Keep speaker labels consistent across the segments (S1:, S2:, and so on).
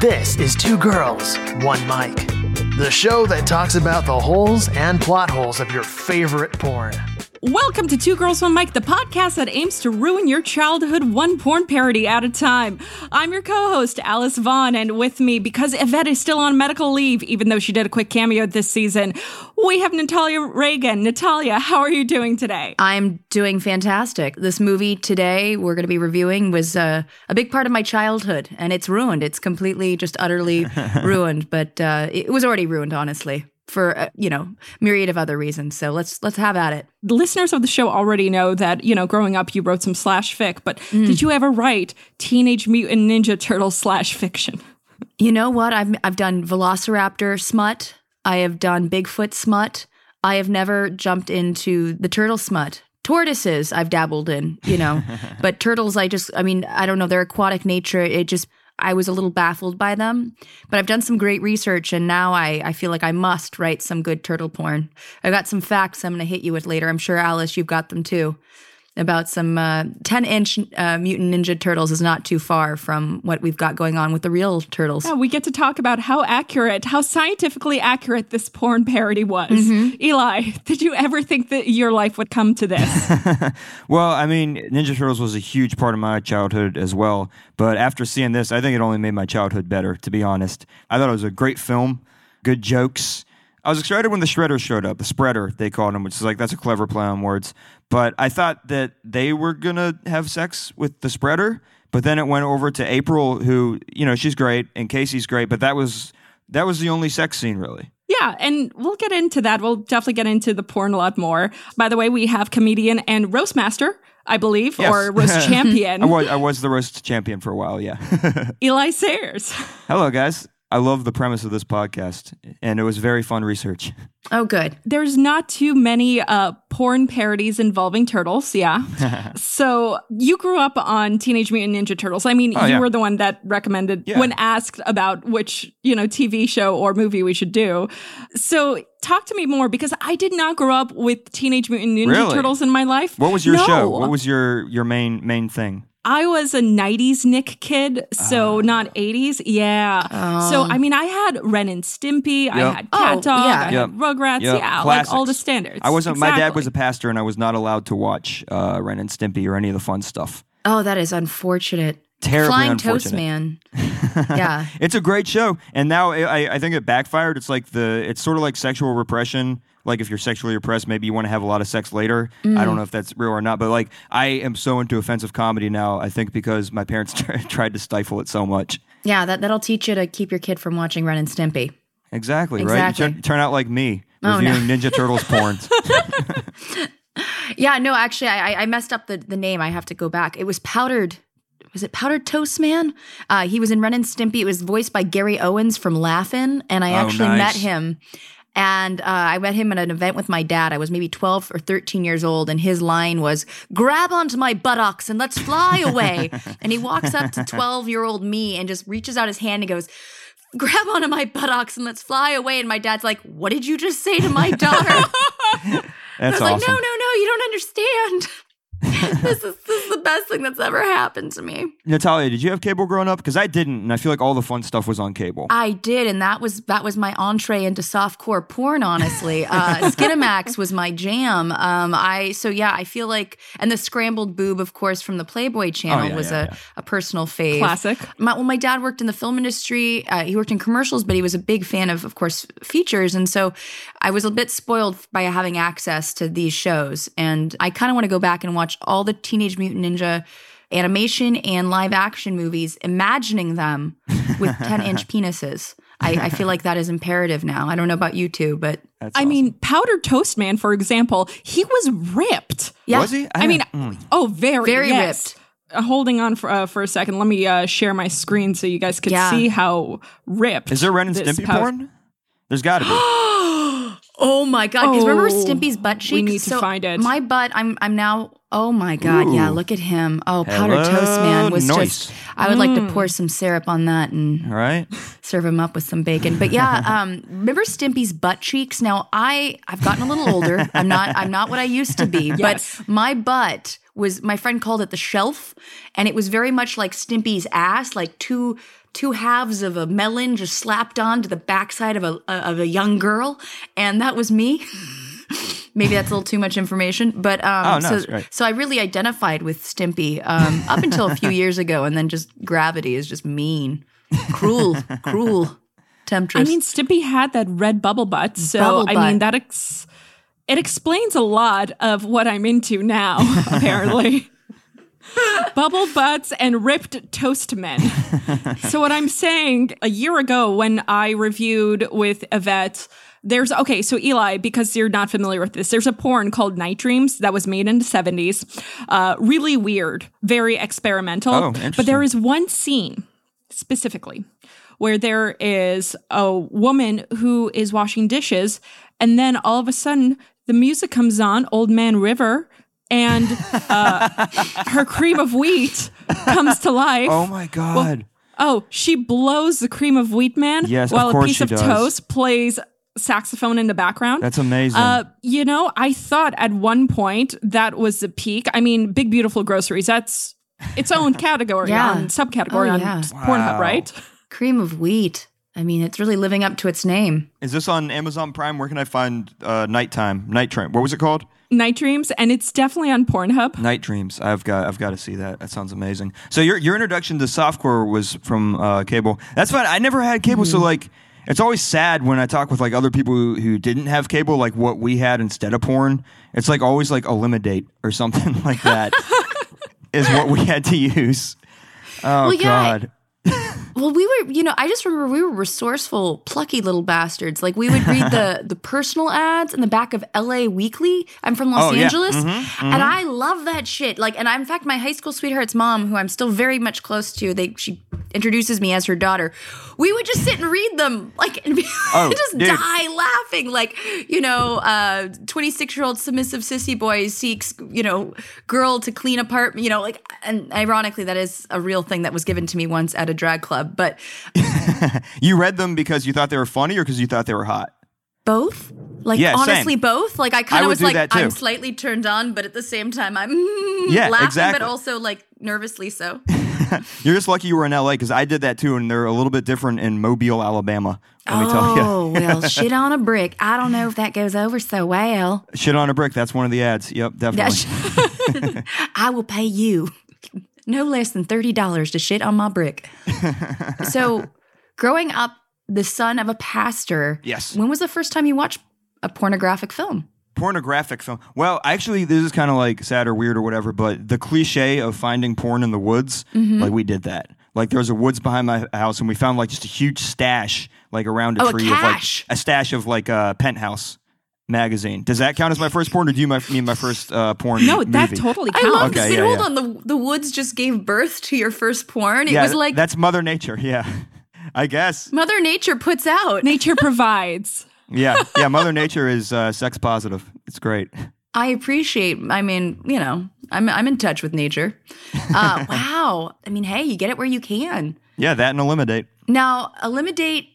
S1: This is Two Girls, One Mic, the show that talks about the holes and plot holes of your favorite porn.
S2: Welcome to Two Girls One Mike, the podcast that aims to ruin your childhood one porn parody at a time. I'm your co-host Alice Vaughn, and with me, because Yvette is still on medical leave, even though she did a quick cameo this season, we have Natalia Reagan. Natalia, how are you doing today?
S3: I'm doing fantastic. This movie today we're going to be reviewing was uh, a big part of my childhood, and it's ruined. It's completely, just utterly ruined. But uh, it was already ruined, honestly, for uh, you know myriad of other reasons. So let's let's have at it.
S2: The listeners of the show already know that you know growing up you wrote some slash fic, but did you ever write Teenage Mutant Ninja Turtles slash fiction?
S3: You know what? I've I've done Velociraptor smut. I have done Bigfoot smut. I have never jumped into the turtle smut. Tortoises I've dabbled in, you know, but turtles I just I mean I don't know their aquatic nature. It just I was a little baffled by them, but I've done some great research and now I I feel like I must write some good turtle porn. I got some facts I'm going to hit you with later. I'm sure Alice you've got them too about some uh, 10 inch uh, mutant ninja turtles is not too far from what we've got going on with the real turtles.
S2: Yeah, we get to talk about how accurate, how scientifically accurate this porn parody was.
S4: Mm-hmm.
S2: Eli, did you ever think that your life would come to this?
S4: Well, I mean, Ninja Turtles was a huge part of my childhood as well. But after seeing this, I think it only made my childhood better, to be honest. I thought it was a great film, good jokes. I was excited when the Shredder showed up, the Spreader, they called him, which is like, that's a clever play on words. But I thought that they were going to have sex with the Spreader. But then it went over to April, who, you know, she's great and Casey's great. But that was. That was the only sex scene, really.
S2: yeah, and we'll get into that. We'll definitely get into the porn a lot more. By the way, we have comedian and roast master, I believe,
S4: Yes.
S2: or roast
S4: I
S2: champion,
S4: was, I was the roast champion for a while, yeah.
S2: Eli Sayers.
S4: Hello, guys. I love the premise of this podcast, and it was very fun research.
S3: Oh good.
S2: There's not too many uh, porn parodies involving turtles, yeah. so you grew up on Teenage Mutant Ninja Turtles. I mean,
S4: Oh,
S2: you
S4: yeah.
S2: were the one that recommended
S4: Yeah.
S2: when asked about which you know TV show or movie we should do. So talk to me more because I did not grow up with Teenage Mutant Ninja
S4: Really?
S2: Turtles in my life.
S4: What was your
S2: No.
S4: show? What was your your main main thing?
S2: I was a 90s Nick kid,
S4: Ah.
S2: so not 80s. Yeah. So, I mean, I had Ren and Stimpy. I
S4: Yep.
S2: had Cat
S3: Oh,
S2: Dog.
S3: yeah.
S2: I
S4: Yep.
S2: had Rugrats.
S4: Yep.
S2: Yeah. Like all the
S4: Classics.
S2: standards.
S4: I wasn't. My dad was a
S2: Exactly.
S4: pastor, and I was not allowed to watch uh, Ren and Stimpy or any of the fun stuff.
S3: Oh, that is unfortunate.
S4: Terribly
S3: Flying Toast
S4: unfortunate.
S3: Man. yeah.
S4: It's a great show, and now I, I- I think it backfired. It's like the it's sort of like sexual repression. Like if you're sexually repressed, maybe you want to have a lot of sex later.
S2: Mm.
S4: I don't know if that's real or not, but like I am so into offensive comedy now. I think because my parents tried to stifle it so much.
S3: Yeah, that, that'll teach you to keep your kid from watching Ren and Stimpy.
S4: Exactly, right? You
S3: Exactly.
S4: turn, turn out like me
S3: Oh, no.
S4: reviewing Ninja Turtles porn.
S3: Yeah, no, actually, I, I- I messed up the, the name. I have to go back. It was Powdered. Was it Powdered Toast Man? Uh, he was in Ren and Stimpy. It was voiced by Gary Owens from Laugh-In, and I
S4: Oh,
S3: actually
S4: nice.
S3: met him. And uh, I met him at an event with my dad. I was maybe 12 or 13 years old, and his line was, Grab onto my buttocks and let's fly away. and he walks up to 12 year old me and just reaches out his hand and goes, Grab onto my buttocks and let's fly away. And my dad's like, What did you just say to my daughter? I
S4: That's
S3: was
S4: awesome.
S3: like, no, no, no, you don't understand. this is this is the best thing that's ever happened to me.
S4: Natalia, did you have cable growing up? Because I didn't, and I feel like all the fun stuff was on cable.
S3: I did, and that was that was my entree into softcore porn. Honestly, uh, Skinamax was my jam. Um, I so yeah, I feel like, and the scrambled boob, of course, from the Playboy Channel
S4: yeah,
S3: was
S4: yeah,
S3: a, a personal fave.
S2: Classic.
S3: My, well, my dad worked in the film industry. Uh, he worked in commercials, but he was a big fan of, of course, features, and so I was a bit spoiled by having access to these shows. And I kind of want to go back and watch all the Teenage Mutant Ninja animation and live action movies, imagining them with 10 inch penises. I, I feel like that is imperative now. I don't know about you two, but
S4: That's
S2: I
S4: awesome.
S2: mean, Powder Toast Man, for example, he was ripped.
S3: yeah.
S4: was he?
S2: I mean,
S4: don't- mm.
S2: oh, very,
S3: Very
S2: yes. Uh, Holding on for uh, for a second, let me uh, share my screen so you guys could
S3: Yeah.
S2: see how ripped.
S4: is there Ren and
S2: this
S4: Stimpy
S2: pow-
S4: porn? There's got to be.
S3: Oh my god! Because remember
S2: Oh,
S3: Stimpy's butt cheeks.
S2: we need to find it.
S3: My butt. I'm. I'm now. Oh my god! Yeah,
S4: Ooh.
S3: look at him. Oh, powder
S4: Hello,
S3: toast man was
S4: nice.
S3: just. I would
S2: Mm.
S3: like to pour some syrup on that and
S4: All right.
S3: serve him up with some bacon. But yeah, um, remember Stimpy's butt cheeks? Now I I've gotten a little older. I'm not I'm not what I used to be,
S2: Yes.
S3: but my butt was my friend called it the shelf, and it was very much like Stimpy's ass, like two two halves of a melon just slapped onto the backside of a of a young girl, and that was me. Maybe that's a little too much information, but um,
S4: Oh, no, it's
S3: so
S4: great.
S3: so I really identified with Stimpy um, up until a few years ago, and then just gravity is just mean, cruel, cruel temptress.
S2: I mean, Stimpy had that red bubble butt, so
S3: Bubble
S2: I mean
S3: butt.
S2: that ex- it explains a lot of what I'm into now. Apparently, bubble butts and ripped toast men. so what I'm saying, a year ago when I reviewed with Yvette. There's okay, so Eli, because you're not familiar with this, there's a porn called Night Dreams that was made in the 70s. Uh, really weird, very experimental.
S4: Oh,
S2: but there
S4: interesting.
S2: is one scene specifically where there is a woman who is washing dishes and then all of a sudden the music comes on old man river and uh, her cream of wheat comes to life
S4: Oh my god.
S2: Oh, she blows the cream of wheat man
S4: Yes, of
S2: while a
S4: course
S2: piece
S4: she
S2: of
S4: does.
S2: toast plays saxophone in the background
S4: That's amazing.
S2: uh, you know, I thought at one point that was the peak. I mean, Big Beautiful Groceries, that's its own category
S3: Yeah.
S2: on subcategory
S3: Oh,
S2: on
S3: yeah.
S2: Pornhub,
S4: Wow.
S2: right?
S3: cream of wheat. I mean, it's really living up to its name.
S4: Is this on Amazon Prime? Where can I find uh, Nighttime? Night Dream. What was it called?
S2: Night Dreams, and it's definitely on Pornhub.
S4: Night Dreams. I've got. I've got to see that. That sounds amazing. So your your introduction to softcore was from uh, cable. That's fine. I never had cable,
S3: Mm-hmm.
S4: so like. It's always sad when I talk with like other people who, who didn't have cable, like what we had instead of porn. It's like always like eliminate or something like that is what we had to use. Oh
S3: Well, yeah,
S4: God!
S3: Well, we were, you know, I just remember we were resourceful, plucky little bastards. Like we would read the the personal ads in the back of LA Weekly. I'm from Los
S4: Oh, yeah.
S3: Angeles, and I love that shit. Like, and I, in fact, my high school sweetheart's mom, who I'm still very much close to, they she introduces me as her daughter. We would just sit and read them, like, and
S4: Oh,
S3: just
S4: dude.
S3: die laughing. Like, you know, uh, 26 year old submissive sissy boy seeks, you know, girl to clean apart, you know, like, and ironically, that is a real thing that was given to me once at a drag club, but
S4: You read them because you thought they were funny or because you thought they were hot.
S3: both. Like
S4: Yeah, same.
S3: honestly, both. Like I
S4: I
S3: kind of
S4: would
S3: was
S4: do
S3: like,
S4: that, too.
S3: I'm slightly turned on, but at the same time, I'm mm,
S4: Yeah,
S3: laughing,
S4: exactly.
S3: but also like nervously so.
S4: You're just lucky you were in LA because I did that too, and they're a little bit different in Mobile, Alabama. Let me tell you.
S3: Oh well, shit on a brick. I don't know if that goes over so well.
S4: Shit on a brick. That's one of the ads. Yep, definitely.
S3: I will pay you no less than $30 to shit on my brick. so, growing up, the son of a pastor.
S4: Yes.
S3: When was the first time you watched a pornographic film?
S4: Pornographic film. Well, actually, this is kind of like sad or weird or whatever, but the cliche of finding porn in the woods,
S3: Mm-hmm.
S4: like we did that. Like there was a woods behind my house, and we found like just a huge stash, like around a
S3: Oh, a
S4: tree, of like
S3: cache.
S4: a stash of like uh, penthouse magazine. Does that count as my first porn, or do you my, mean my first uh, porn?
S2: No,
S4: movie?
S2: that totally counts.
S3: I love
S4: Okay,
S3: this. Wait,
S4: yeah,
S3: hold
S4: yeah.
S3: on. The, the woods just gave birth to your first porn. It
S4: Yeah,
S3: was like
S4: that's Mother Nature. Yeah, I guess.
S3: Mother Nature puts out.
S2: Nature provides.
S4: Yeah, yeah. Mother Nature is uh, sex positive. It's great.
S3: I appreciate. I mean, you know, I'm I'm in touch with nature. Uh, wow. I mean, hey, you get it where you can.
S4: Yeah, that and eliminate.
S3: Now, Eliminate,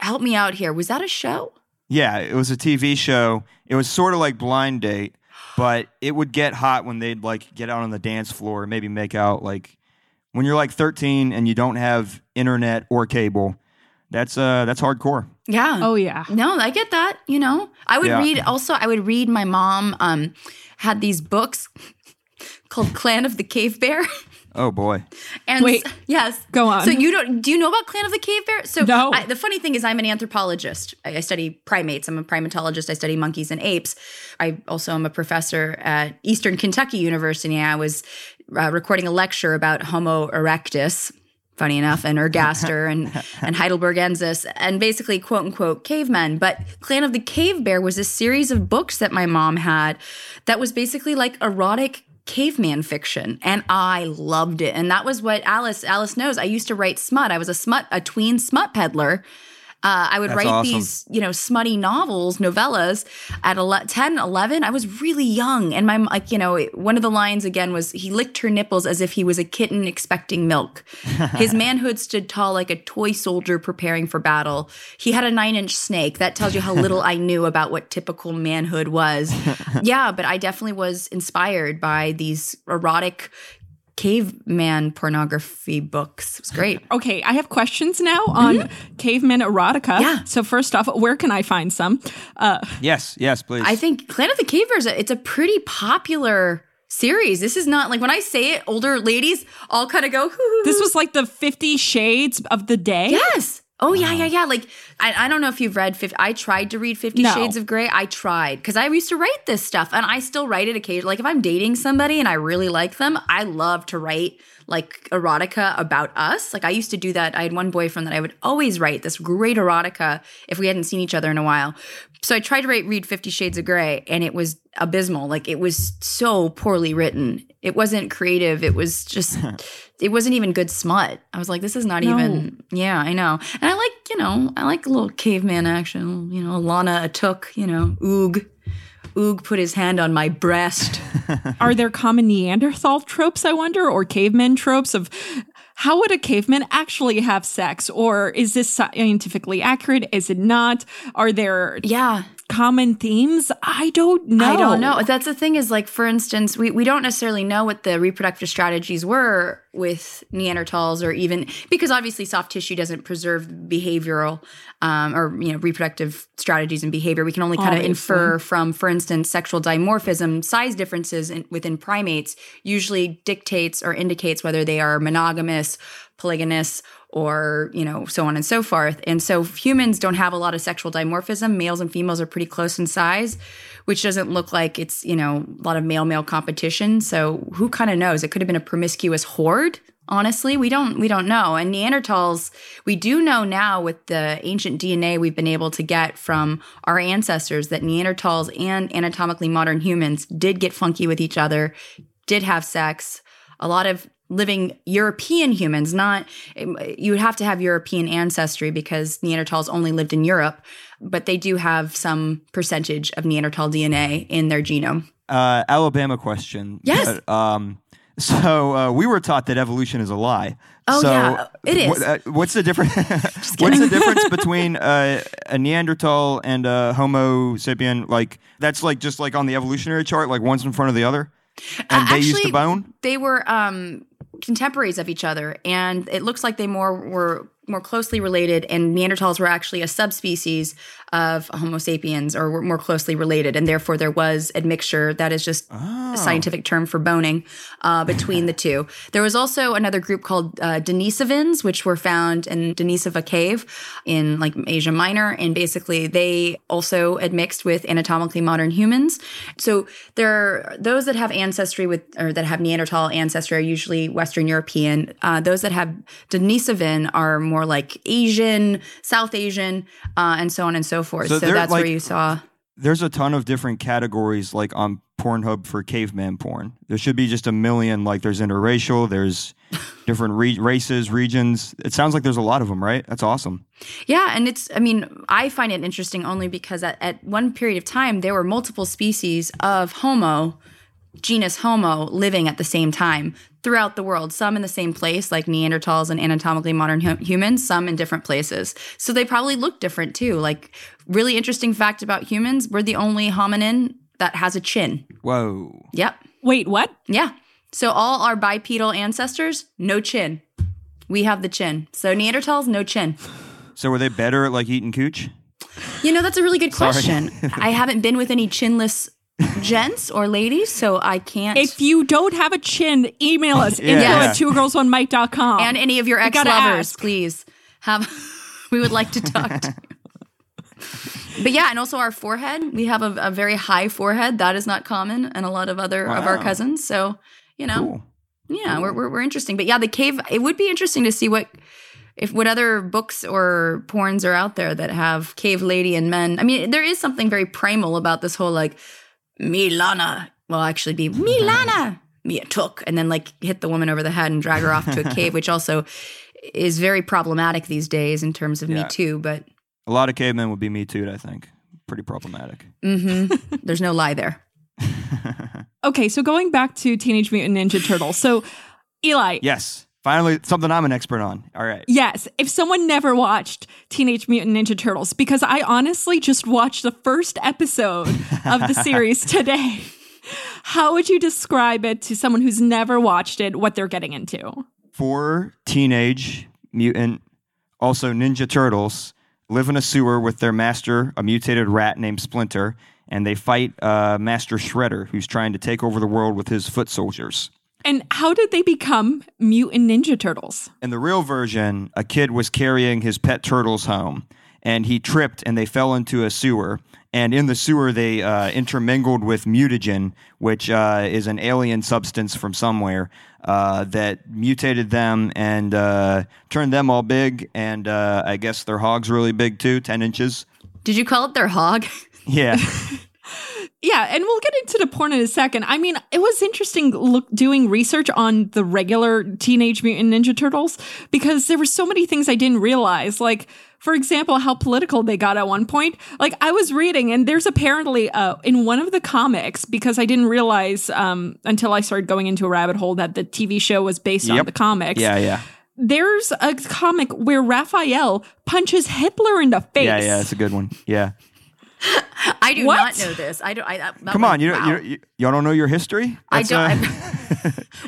S3: help me out here. Was that a show?
S4: Yeah, it was a TV show. It was sort of like Blind Date, but it would get hot when they'd like get out on the dance floor and maybe make out like when you're like 13 and you don't have internet or cable. That's uh that's hardcore.
S3: Yeah.
S2: Oh, yeah.
S3: No, I get that. You know, I would
S4: Yeah.
S3: read also, I would read my mom um, had these books called Clan of the Cave Bear.
S4: Oh boy.
S3: And
S2: Wait.
S3: s- yes,
S2: Go on.
S3: So you don't do you know about Clan of the Cave Bear? So
S2: No.
S3: I, the funny thing is, I'm an anthropologist. I, I study primates. I'm a primatologist. I study monkeys and apes. I also am a professor at Eastern Kentucky University. I was uh, recording a lecture about Homo erectus. Funny enough, and Ergaster and and Heidelbergensis, and basically quote unquote cavemen. But Clan of the Cave Bear was a series of books that my mom had that was basically like erotic caveman fiction and I loved it. And that was what Alice Alice knows. I used to write smut. I was a smut a tween smut peddler. Uh, I would
S4: That's
S3: write
S4: awesome.
S3: these, you know, smutty novels, novellas at ele- 10, 11. I was really young. And my, m- like, you know, it- one of the lines again was he licked her nipples as if he was a kitten expecting milk. His manhood stood tall like a toy soldier preparing for battle. He had a nine inch snake. That tells you how little I knew about what typical manhood was. yeah, but I definitely was inspired by these erotic caveman pornography books. It was great.
S2: Okay, I have questions now on caveman erotica.
S3: Mm-hmm. Yeah.
S2: So first off, where can I find some? Uh,
S4: Yes, yes, please.
S3: I think Planet of the Cavers, it's a pretty popular series. This is not like when I say it, older ladies all kind of go, "Hoo-hoo-hoo."
S2: this was like the Fifty Shades of the Day.
S3: Yes. Oh yeah, yeah, yeah. Like I, I don't know if you've read. 50, I tried to read Fifty
S2: No.
S3: Shades of Grey. I tried because I used to write this stuff, and I still write it occasionally. Like if I'm dating somebody and I really like them, I love to write like erotica about us. Like I used to do that. I had one boyfriend that I would always write this great erotica if we hadn't seen each other in a while. So I tried to write, read Fifty Shades of Grey, and it was abysmal. Like it was so poorly written. It wasn't creative. It was just. It wasn't even good smut. I was like, this is not
S2: No.
S3: even yeah, I know. And I like, you know, I like a little caveman action. You know, Lana took, you know, Oog. Oog put his hand on my breast.
S2: Are there common Neanderthal tropes, I wonder, or caveman tropes of how would a caveman actually have sex? Or is this scientifically accurate? Is it not? Are there
S3: Yeah.
S2: common themes? I don't know.
S3: I don't know. That's the thing is like, for instance, we, we don't necessarily know what the reproductive strategies were with Neanderthals or even because obviously soft tissue doesn't preserve behavioral um, or, you know, reproductive strategies and behavior. We can only kind of
S2: Obviously.
S3: infer from, for instance, sexual dimorphism, size differences in, within primates usually dictates or indicates whether they are monogamous, polygynous, or you know so on and so forth and so humans don't have a lot of sexual dimorphism males and females are pretty close in size which doesn't look like it's you know a lot of male male competition so who kind of knows it could have been a promiscuous horde honestly we don't we don't know and neanderthals we do know now with the ancient dna we've been able to get from our ancestors that neanderthals and anatomically modern humans did get funky with each other did have sex a lot of living European humans, not you would have to have European ancestry because Neanderthals only lived in Europe, but they do have some percentage of Neanderthal DNA in their genome.
S4: uh, Alabama question.
S3: Yes.
S4: But, um, so uh, we were taught that evolution is a lie.
S3: Oh,
S4: so
S3: yeah, it is.
S4: what- uh, what's the difference? what's the difference between uh, a Neanderthal and a Homo sapien? Like that's like just like on the evolutionary chart, like one's in front of the other, and they used to
S3: Uh, actually,
S4: bone.
S3: They were um, contemporaries of each other, and it looks like they more were more closely related, and Neanderthals were actually a subspecies of Homo sapiens, or were more closely related, and therefore there was admixture. That is just
S4: Oh.
S3: a scientific term for boning uh, between the two. There was also another group called uh, Denisovans, which were found in Denisova Cave in like Asia Minor, and basically they also admixed with anatomically modern humans. So there, are those that have ancestry with or that have Neanderthal ancestry are usually Western European. Uh, those that have Denisovan are more like Asian, South Asian, uh, and so on and so forth. So,
S4: So they're,
S3: that's
S4: like,
S3: where you saw.
S4: There's a ton of different categories, like on Pornhub for caveman porn. There should be just a million. Like there's interracial, there's different re- races, regions. It sounds like there's a lot of them, right? That's awesome.
S3: Yeah, and it's I mean, I find it interesting only because at, at one period of time there were multiple species of Homo genus Homo living at the same time throughout the world, some in the same place like Neanderthals and anatomically modern hum- humans, some in different places. So they probably look different too. Like really interesting fact about humans, we're the only hominin that has a chin.
S4: Whoa.
S3: Yep.
S2: Wait, what?
S3: Yeah. So all our bipedal ancestors, no chin. We have the chin. So Neanderthals, no chin.
S4: So were they better at like eating cooch?
S3: You know, that's a really good question. I haven't been with any chinless gents or ladies, so I can't.
S2: If you don't have a chin, email us
S4: Yeah.
S2: info
S4: Yeah.
S2: at two girls one mic.com.
S3: and any of your ex
S2: gotta
S3: lovers,
S2: ask.
S3: please have. we would like to talk to you. But yeah, and also our forehead. We have a, a very high forehead. That is not common, and a lot of other of our
S4: Wow.
S3: cousins. So you know,
S4: Cool.
S3: yeah, we're,
S4: Mm-hmm.
S3: we're we're interesting. But yeah, the cave. It would be interesting to see what if what other books or porns are out there that have cave lady and men. I mean, there is something very primal about this whole like Milana. Well, actually, be
S4: Mm-hmm.
S3: Milana. Mia took and then like hit the woman over the head and drag her off to a cave, which also is very problematic these days in terms of Me
S4: Yeah.
S3: Too. But
S4: A lot of cavemen would be me too, I think. Pretty problematic.
S3: Mm-hmm. There's no lie there.
S2: Okay, so going back to Teenage Mutant Ninja Turtles. So, Eli,
S4: Yes. Finally, something I'm an expert on. All right.
S2: Yes, if someone never watched Teenage Mutant Ninja Turtles, because I honestly just watched the first episode of the series today. How would you describe it to someone who's never watched it, what they're getting into?
S4: Four teenage mutant, also Ninja Turtles, live in a sewer with their master, a mutated rat named Splinter, and they fight uh, Master Shredder, who's trying to take over the world with his foot soldiers.
S2: And how did they become Mutant Ninja Turtles?
S4: In the real version, a kid was carrying his pet turtles home and he tripped and they fell into a sewer. And in the sewer, they uh, intermingled with mutagen, which uh, is an alien substance from somewhere uh, that mutated them and uh, turned them all big. And uh, I guess their hog's really big too 10 inches.
S3: Did you call it their hog?
S4: Yeah.
S2: Yeah, and we'll get into the porn in a second. I mean, it was interesting look doing research on the regular Teenage Mutant Ninja Turtles because there were so many things I didn't realize. Like, for example, how political they got at one point. Like, I was reading, and there's apparently uh, in one of the comics because I didn't realize um, until I started going into a rabbit hole that the TV show was based on
S4: Yep.
S2: the comics.
S4: yeah, yeah.
S2: There's a comic where Raphael punches Hitler in the face.
S4: Yeah, yeah. It's a good one. Yeah.
S3: I do
S2: What?
S3: not know this. I don't. I, that, that
S4: Come
S3: was-
S4: on. You,
S3: wow.
S4: you, you, y'all don't know your history?
S3: I
S4: That's,
S3: don't.
S4: uh,
S3: I'm-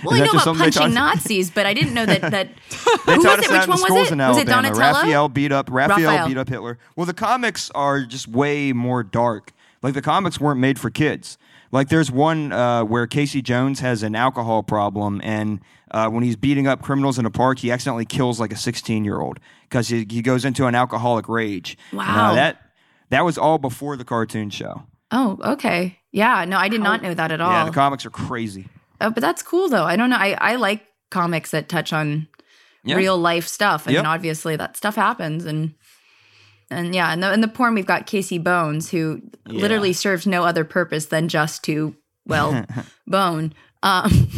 S3: well, I
S4: that
S3: know
S4: just
S3: about
S4: something they
S3: punching
S4: taught-
S3: Nazis, but I didn't know that. That
S4: They
S3: who was
S4: taught us
S3: it? Which
S4: that in the
S3: one
S4: schools
S3: was it?
S4: in
S3: Was it
S4: Alabama.
S3: Donatello?
S4: Raphael beat up Raphael,
S3: Raphael.
S4: beat up Hitler. Well, the comics are just way more dark. Like the comics weren't made for kids. Like there's one uh, where Casey Jones has an alcohol problem, and uh, when he's beating up criminals in a park, he accidentally kills like a 16 year old because he, he goes into an alcoholic rage. Now,
S3: Wow.
S4: that that was all before the cartoon show.
S3: Oh, okay. Yeah. No, I did not know that at all.
S4: Yeah, the comics are crazy.
S3: Oh, but that's cool though. I don't know. I, I like comics that touch on
S4: Yeah.
S3: real life stuff. I
S4: Yep.
S3: mean, obviously that stuff happens and and yeah, and the, in the porn we've got Casey Bones who literally serves no other purpose than just to well bone. Um,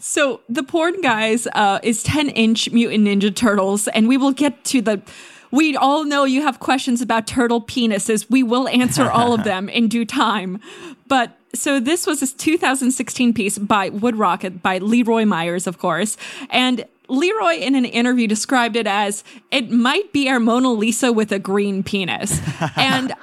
S2: So the porn guys uh, is ten inch mutant ninja turtles, and we will get to the. We all know you have questions about turtle penises. We will answer all of them in due time. But so this was this 2016 piece by Wood Rocket by Leroy Myers, of course, and. Leroy, in an interview, described it as it might be our Mona Lisa with a green penis. And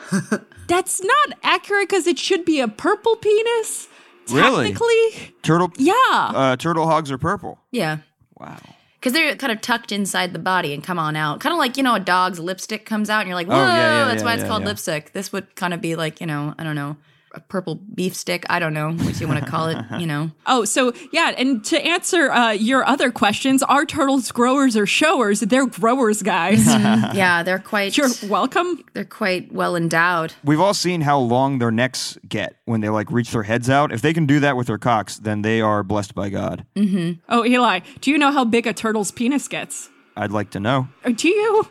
S2: that's not accurate because it should be a purple penis,
S4: Really?
S2: technically.
S4: Turtle,
S2: Yeah.
S4: uh, turtle hogs are purple.
S3: yeah.
S4: Wow.
S3: Because they're kind of tucked inside the body and come on out. Kind of like, you know, a dog's lipstick comes out and you're like, whoa,
S4: Oh, yeah, yeah,
S3: that's
S4: yeah,
S3: why it's
S4: yeah,
S3: called
S4: yeah.
S3: lipstick. This would kind of be like, you know, I don't know, a purple beef stick. I don't know what you want to call it, you know.
S2: Oh, so yeah, and to answer uh, your other questions, are turtles growers or showers? They're growers, guys.
S3: Yeah, they're quite.
S2: You're welcome.
S3: they're quite well endowed.
S4: we've all seen how long their necks get when they like reach their heads out. If they can do that with their cocks, then they are blessed by God.
S3: Mm-hmm.
S2: Oh, Eli, do you know how big a turtle's penis gets?
S4: I'd like to know.
S2: Or do you?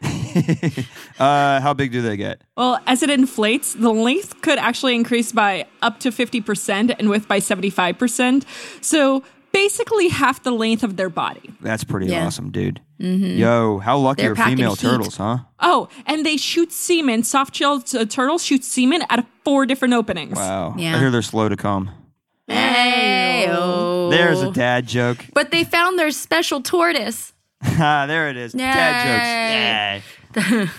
S4: Uh, how big do they get?
S2: Well, as it inflates, the length could actually increase by up to 50% and width by 75%. So basically half the length of their body.
S4: That's pretty
S3: Yeah. Mm-hmm.
S4: awesome, dude. Yo, how lucky
S3: They're
S4: are
S3: packing
S4: female
S3: heat.
S4: turtles, huh?
S2: Oh, and they shoot semen. Soft shell uh, turtles shoot semen out of four different openings.
S4: Wow. I
S3: Yeah.
S4: hear they're slow to come.
S3: Hey-oh.
S4: There's a dad joke.
S3: But they found their special tortoise.
S4: Ah, there it is. Dad
S3: Yay.
S4: jokes. Yay.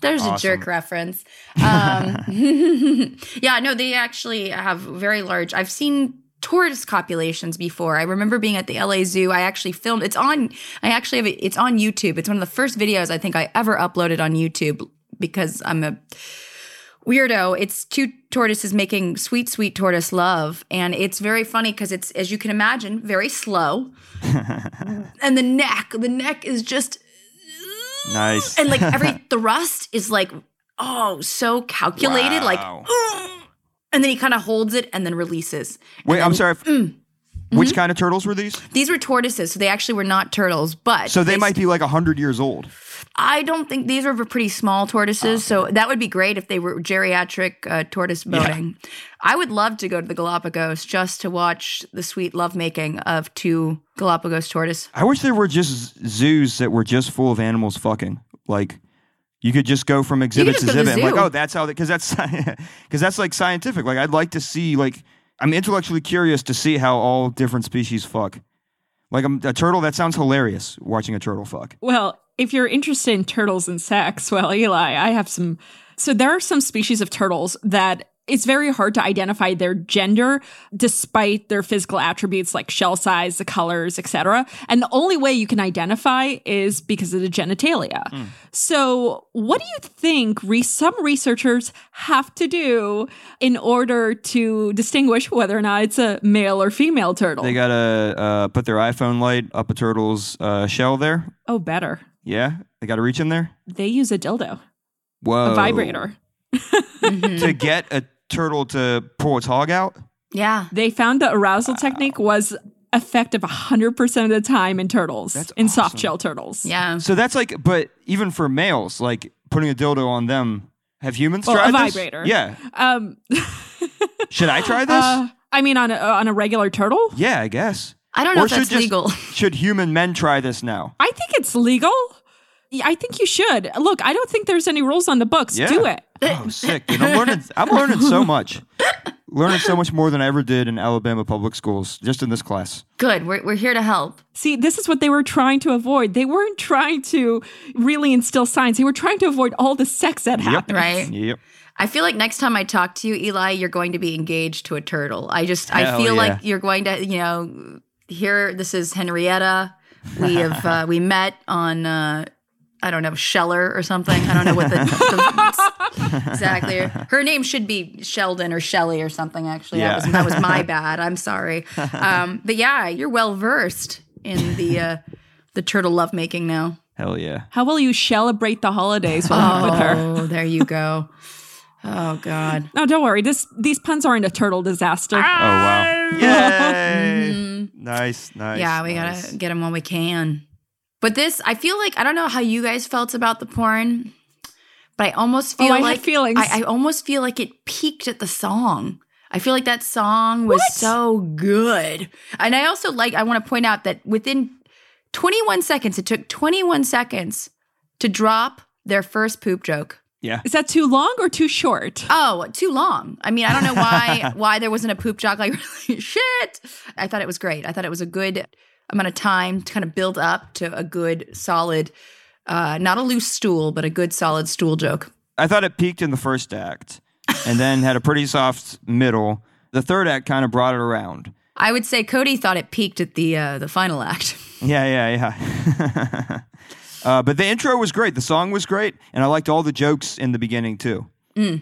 S3: There's a
S4: Awesome.
S3: jerk reference. Um, yeah, no, they actually have very large. I've seen tortoise populations before. I remember being at the LA Zoo. I actually filmed. It's on. I actually have. A, it's on YouTube. It's one of the first videos I think I ever uploaded on YouTube because I'm a weirdo. It's two tortoises making sweet, sweet tortoise love, and it's very funny because it's, as you can imagine, very slow. and the neck, the neck is just
S4: Nice.
S3: and like every thrust is like oh so calculated
S4: Wow.
S3: like "Ooh," and then he kind of holds it and then releases
S4: Wait, I'm sorry. if-
S3: Mm. Mm-hmm.
S4: Which kind of turtles were these?
S3: these were tortoises so they actually were not turtles but
S4: So they might be like 100 years old.
S3: i don't think these were pretty small tortoises so that would be great if they were geriatric uh, tortoise boating i would love to go to the galapagos just to watch the sweet lovemaking of two galapagos tortoise
S4: I wish there were just zoos that were just full of animals fucking. Like You could just go from exhibit
S3: just
S4: to
S3: go to
S4: exhibit. and like,
S3: zoo.
S4: oh, that's how because that's because that's like scientific. Like, I'd like to see like I'm intellectually curious to see how all different species fuck. Like I'm, a turtle, that sounds hilarious. Watching a turtle fuck.
S2: Well, if you're interested in turtles and sex, well, Eli, I have some. So there are some species of turtles that it's very hard to identify their gender despite their physical attributes like shell size, the colors, etc. And the only way you can identify is because of the genitalia. So, what do you think re- some researchers have to do in order to distinguish whether or not it's a male or female turtle?
S4: They gotta uh, put their iPhone light up a turtle's uh, shell there.
S2: oh, better.
S4: Yeah, they gotta reach in there.
S2: They use a dildo, a
S4: Whoa,
S2: vibrator.
S4: to get a turtle to pull its hog out.
S3: Yeah.
S2: They found the arousal technique was effective 100% of the time in turtles, in soft shell turtles.
S3: Yeah.
S4: So that's like, but even for males, like putting a dildo on them. Have humans
S2: Well,
S4: tried
S2: a
S4: this?
S2: vibrator.
S4: Yeah.
S2: Um,
S4: Should I try this?
S2: uh, I mean, on a, on a regular turtle?
S4: yeah, I guess.
S3: I don't know
S4: Or
S3: if that's
S4: should just-
S3: legal.
S4: Should human men try this now?
S2: I think it's legal. Yeah, I think you should. Look, I don't think there's any rules on the books.
S4: Yeah.
S2: Do it.
S4: Oh, sick! Dude. I'm learning. I'm learning so much. Learning so much more than I ever did in Alabama public schools, just in this class.
S3: Good. We're, we're here to help.
S2: See, this is what they were trying to avoid. They weren't trying to really instill science. They were trying to avoid all the sex that happened.
S3: Right.
S4: Yep.
S3: I feel like next time I talk to you, Eli, you're going to be engaged to a turtle. I just,
S4: Hell
S3: I feel
S4: yeah.
S3: like you're going to, you know, here, this is Henrietta. We have, uh, we met on, uh, I don't know, Scheller or something. I don't know what the, the- exactly. Her name should be Sheldon or Shelley or something, actually.
S4: Yeah.
S3: That, was, that was my bad. I'm sorry. Um, but yeah, you're well versed in the, uh, the turtle lovemaking now.
S4: Hell yeah.
S2: How will you celebrate the holidays while I'm with her?
S3: Oh, there you go. Oh, God.
S2: No, don't worry. This These puns aren't a turtle disaster.
S4: Oh
S3: Ah.
S4: wow. Yay! Nice, nice.
S3: Mm-hmm. yeah, we
S4: nice.
S3: gotta get them when we can. But this, I feel like I don't know how you guys felt about the porn, but I almost
S2: Oh,
S3: feel
S2: I had
S3: like
S2: feelings.
S3: I, I almost feel like it peaked at the song. I feel like that song was
S2: What?
S3: so good, and I also like. I want to point out that within 21 seconds, it took 21 seconds to drop their first poop joke.
S4: Yeah.
S2: Is that too long or too short?
S3: Oh, too long. I mean, I don't know why why there wasn't a poop jock like really shit. I thought it was great. I thought it was a good amount of time to kind of build up to a good solid uh not a loose stool, but a good solid stool joke.
S4: I thought it peaked in the first act and then had a pretty soft middle. The third act kind of brought it around.
S3: I would say Cody thought it peaked at the uh the final act.
S4: Yeah, yeah, yeah. uh, but the intro was great. The song was great. And I liked all the jokes in the beginning, too.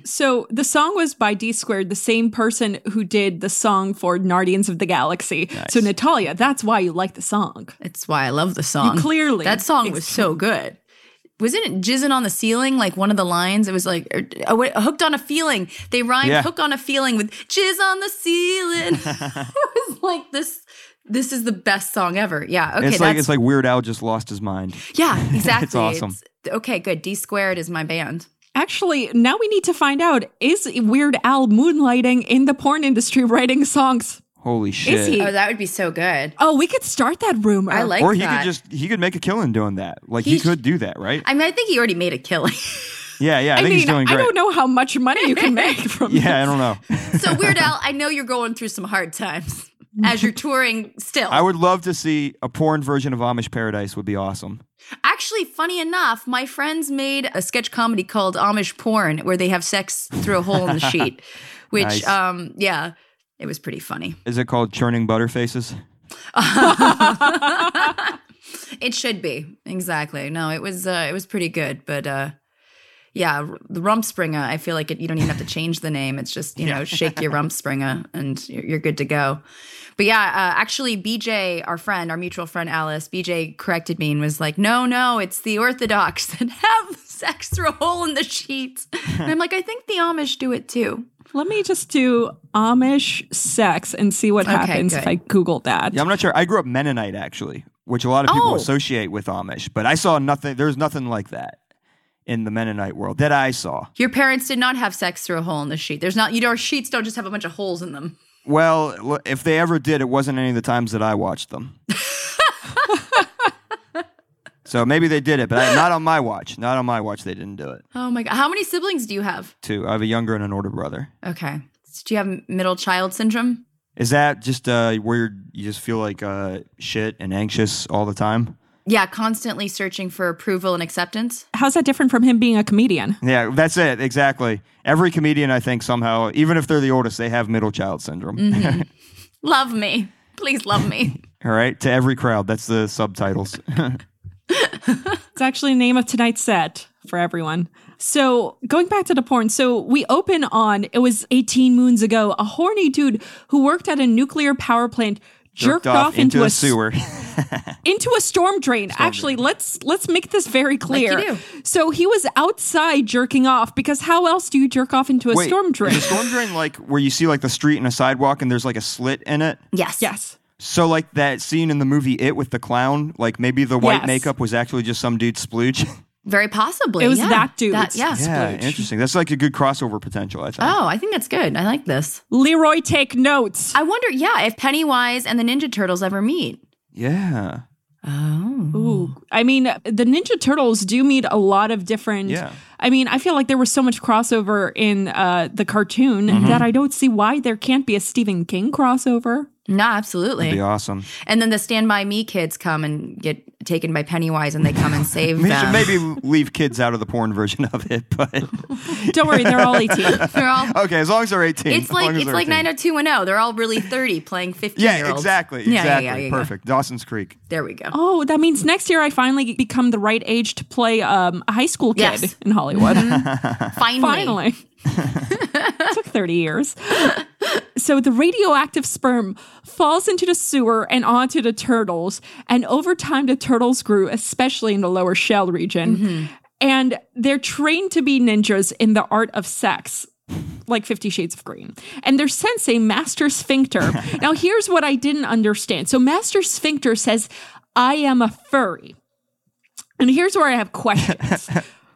S2: So the song was by D Squared, the same person who did the song for Guardians of the Galaxy. So Natalia, that's why you like the song.
S3: That's why I love the song.
S2: clearly-
S3: That song was so good. Wasn't it jizzing on the ceiling? Like one of the lines, it was like or, oh, wait, hooked on a feeling. They rhymed
S4: Yeah.
S3: hook on a feeling with jizz on the ceiling. it was like this. This is the best song ever. Yeah. Okay.
S4: it's
S3: that's
S4: like it's like Weird Al just lost his mind.
S3: yeah. Exactly.
S4: awesome.
S3: okay. Good. D squared is my band.
S2: Actually, now we need to find out is Weird Al moonlighting in the porn industry writing songs?
S4: Holy shit.
S2: he?
S3: Oh, that would be so good.
S2: Oh, we could start that rumor.
S3: I like
S4: or he
S3: that.
S4: could just he could make a killing doing that. Like he
S3: He's-
S4: could do that, right?
S3: I mean, I think he already made a killing.
S4: yeah, yeah.
S2: I
S4: I, think
S2: mean,
S4: he's doing
S2: I
S4: great.
S2: don't know how much money you can make from
S4: Yeah, I don't know.
S3: so Weird Al, I know you're going through some hard times as you're touring still.
S4: I would love to see a porn version of Amish Paradise would be awesome.
S3: Actually, funny enough, my friends made a sketch comedy called Amish Porn where they have sex through a hole in the sheet, which,
S4: Nice.
S3: um, yeah, it was pretty funny.
S4: Is it called churning butterfaces?
S3: It should be exactly. No, it was uh, it was pretty good, but uh, yeah, r- the Rumspringer. I feel like it, you don't even have to change the name. It's just you know shake your Rumspringer and you're, you're good to go. But yeah, uh, actually, BJ, our friend, our mutual friend Alice, BJ corrected me and was like, "No, no, it's the Orthodox that have sex through a hole in the sheets." And I'm like, "I think the Amish do it too."
S2: Let me just do Amish sex and see what
S3: Okay,
S2: happens if
S3: good.
S2: I Google that.
S4: Yeah, I'm not sure. I grew up Mennonite actually, which a lot of people
S3: Oh.
S4: associate with Amish, but I saw nothing. There's nothing like that in the Mennonite world that I saw.
S3: Your parents did not have sex through a hole in the sheet. There's not your sheets don't just have a bunch of holes in them.
S4: Well, l- if they ever did, it wasn't any of the times that I watched them. So maybe they did it, but I, not on my watch. Not on my watch. They didn't do it.
S3: Oh my god. How many siblings do you have?
S4: Too. I have a younger and an older brother.
S3: Okay. Do you have middle child syndrome?
S4: Is that just uh, where you're, you just feel like uh, shit and anxious all the time?
S3: Yeah, constantly searching for approval and acceptance.
S2: How's that different from him being a comedian?
S4: Yeah, that's it. Exactly. Every comedian, I think, somehow, even if they're the oldest, they have middle child syndrome.
S3: Love me. Please love me.
S4: All right. To every crowd. That's the subtitles.
S2: It's actually the name of tonight's set for everyone. So, going back to the porn, so we open on it was 18 moons ago. A horny dude who worked at a nuclear power plant jerked, off, into, a, s-
S4: sewer.
S2: into a storm drain. actually, let's let's make this very clear.
S3: do.
S2: So he was outside jerking off because how else do you jerk off into a
S4: Wait,
S2: storm
S4: Is
S2: drain?
S4: a storm drain like where you see like the street and a sidewalk and there's like a slit in it?
S3: Yes.
S2: yes.
S4: So like that scene in the movie It with the clown, like maybe the white
S2: Yes.
S4: makeup was actually just some dude's splooge.
S3: Very possibly.
S2: It was
S3: yeah.
S2: that dude.
S3: yeah.
S4: yeah, interesting. That's like a good crossover potential, I think.
S3: Ah, Oh, I think that's good. I like this.
S2: Leroy, take notes.
S3: I wonder, yeah, if Pennywise and the Ninja Turtles ever meet.
S4: Yeah.
S3: Oh.
S2: Ooh. I mean, the Ninja Turtles do meet a lot of different.
S4: Yeah.
S2: I mean, I feel like there was so much crossover in uh, the cartoon that I don't see why there can't be a Stephen King crossover.
S3: No,
S4: That'd
S3: absolutely.
S4: be awesome.
S3: And then the Stand By Me kids come and get taken by Pennywise and they come and save
S4: We should
S3: them.
S4: maybe leave kids out of the porn version of it, but
S2: Don't worry, they're all 18.
S3: They're all,
S4: okay, as long as they're 18.
S3: it's
S4: as long
S3: like
S4: as
S3: it's
S4: they're
S3: like
S4: 18.
S3: 90210. They're all really 30 playing 15 year
S4: Yeah,
S3: olds.
S4: exactly. Exactly.
S3: Yeah, yeah, yeah, yeah, yeah.
S4: Perfect. Dawson's Creek.
S3: There we go.
S2: Oh, that means next year I finally become the right age to play um, a high school kid
S3: Yes.
S2: in Hollywood.
S3: Finally.
S2: Finally. it took 30 years. So the radioactive sperm falls into the sewer and onto the turtles. And over time, the turtles grew, especially in the lower shell region. And they're trained to be ninjas in the art of sex. Like Fifty Shades of Green. And their sensei, Master Sphincter. now, here's what I didn't understand. So, Master Sphincter says, I am a furry. And here's where I have questions.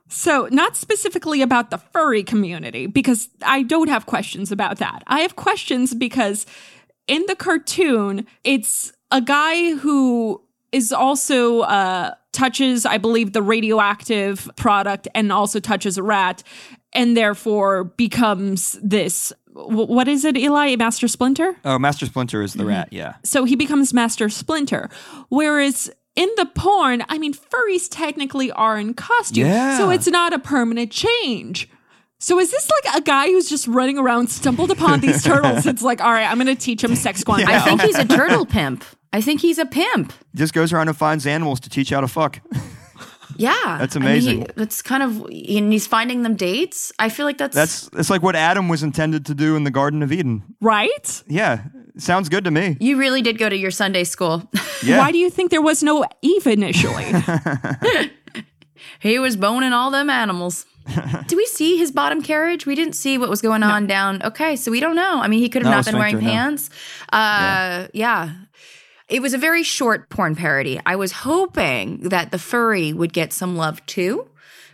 S2: So, not specifically about the furry community, because I don't have questions about that. I have questions because in the cartoon, it's a guy who is also uh, touches, I believe, the radioactive product and also touches a rat and therefore becomes this. wh- What is it, Eli? Master Splinter?
S4: Oh, Master Splinter is the
S3: Mm-hmm.
S4: rat. Yeah.
S2: So he becomes Master Splinter. Whereas in the porn, I mean, furries technically are in costume.
S4: Yeah.
S2: So it's not a permanent change. So is this like a guy who's just running around, stumbled upon these turtles? It's like, all right, I'm going to teach him sex quantities.
S3: I think he's a turtle pimp. I think he's a pimp.
S4: Just goes around and finds animals to teach how to fuck.
S3: Yeah.
S4: That's
S3: I mean,
S4: amazing.
S3: he- that's kind of, and he's finding them dates. I feel like that's,
S4: That's it's like what Adam was intended to do in the Garden of Eden.
S2: right?
S4: Yeah. Sounds good to me.
S3: you really did go to your Sunday school.
S4: Yeah.
S2: Why do you think there was no Eve initially?
S3: he was boning all them animals. Do we see his bottom carriage? We didn't see what was going on down. Okay, so we don't know. I mean, he could have
S4: No,
S3: not been wearing
S4: sphincter, no.
S3: pants. Uh, yeah. It was a very short porn parody. I was hoping that the furry would get some love too.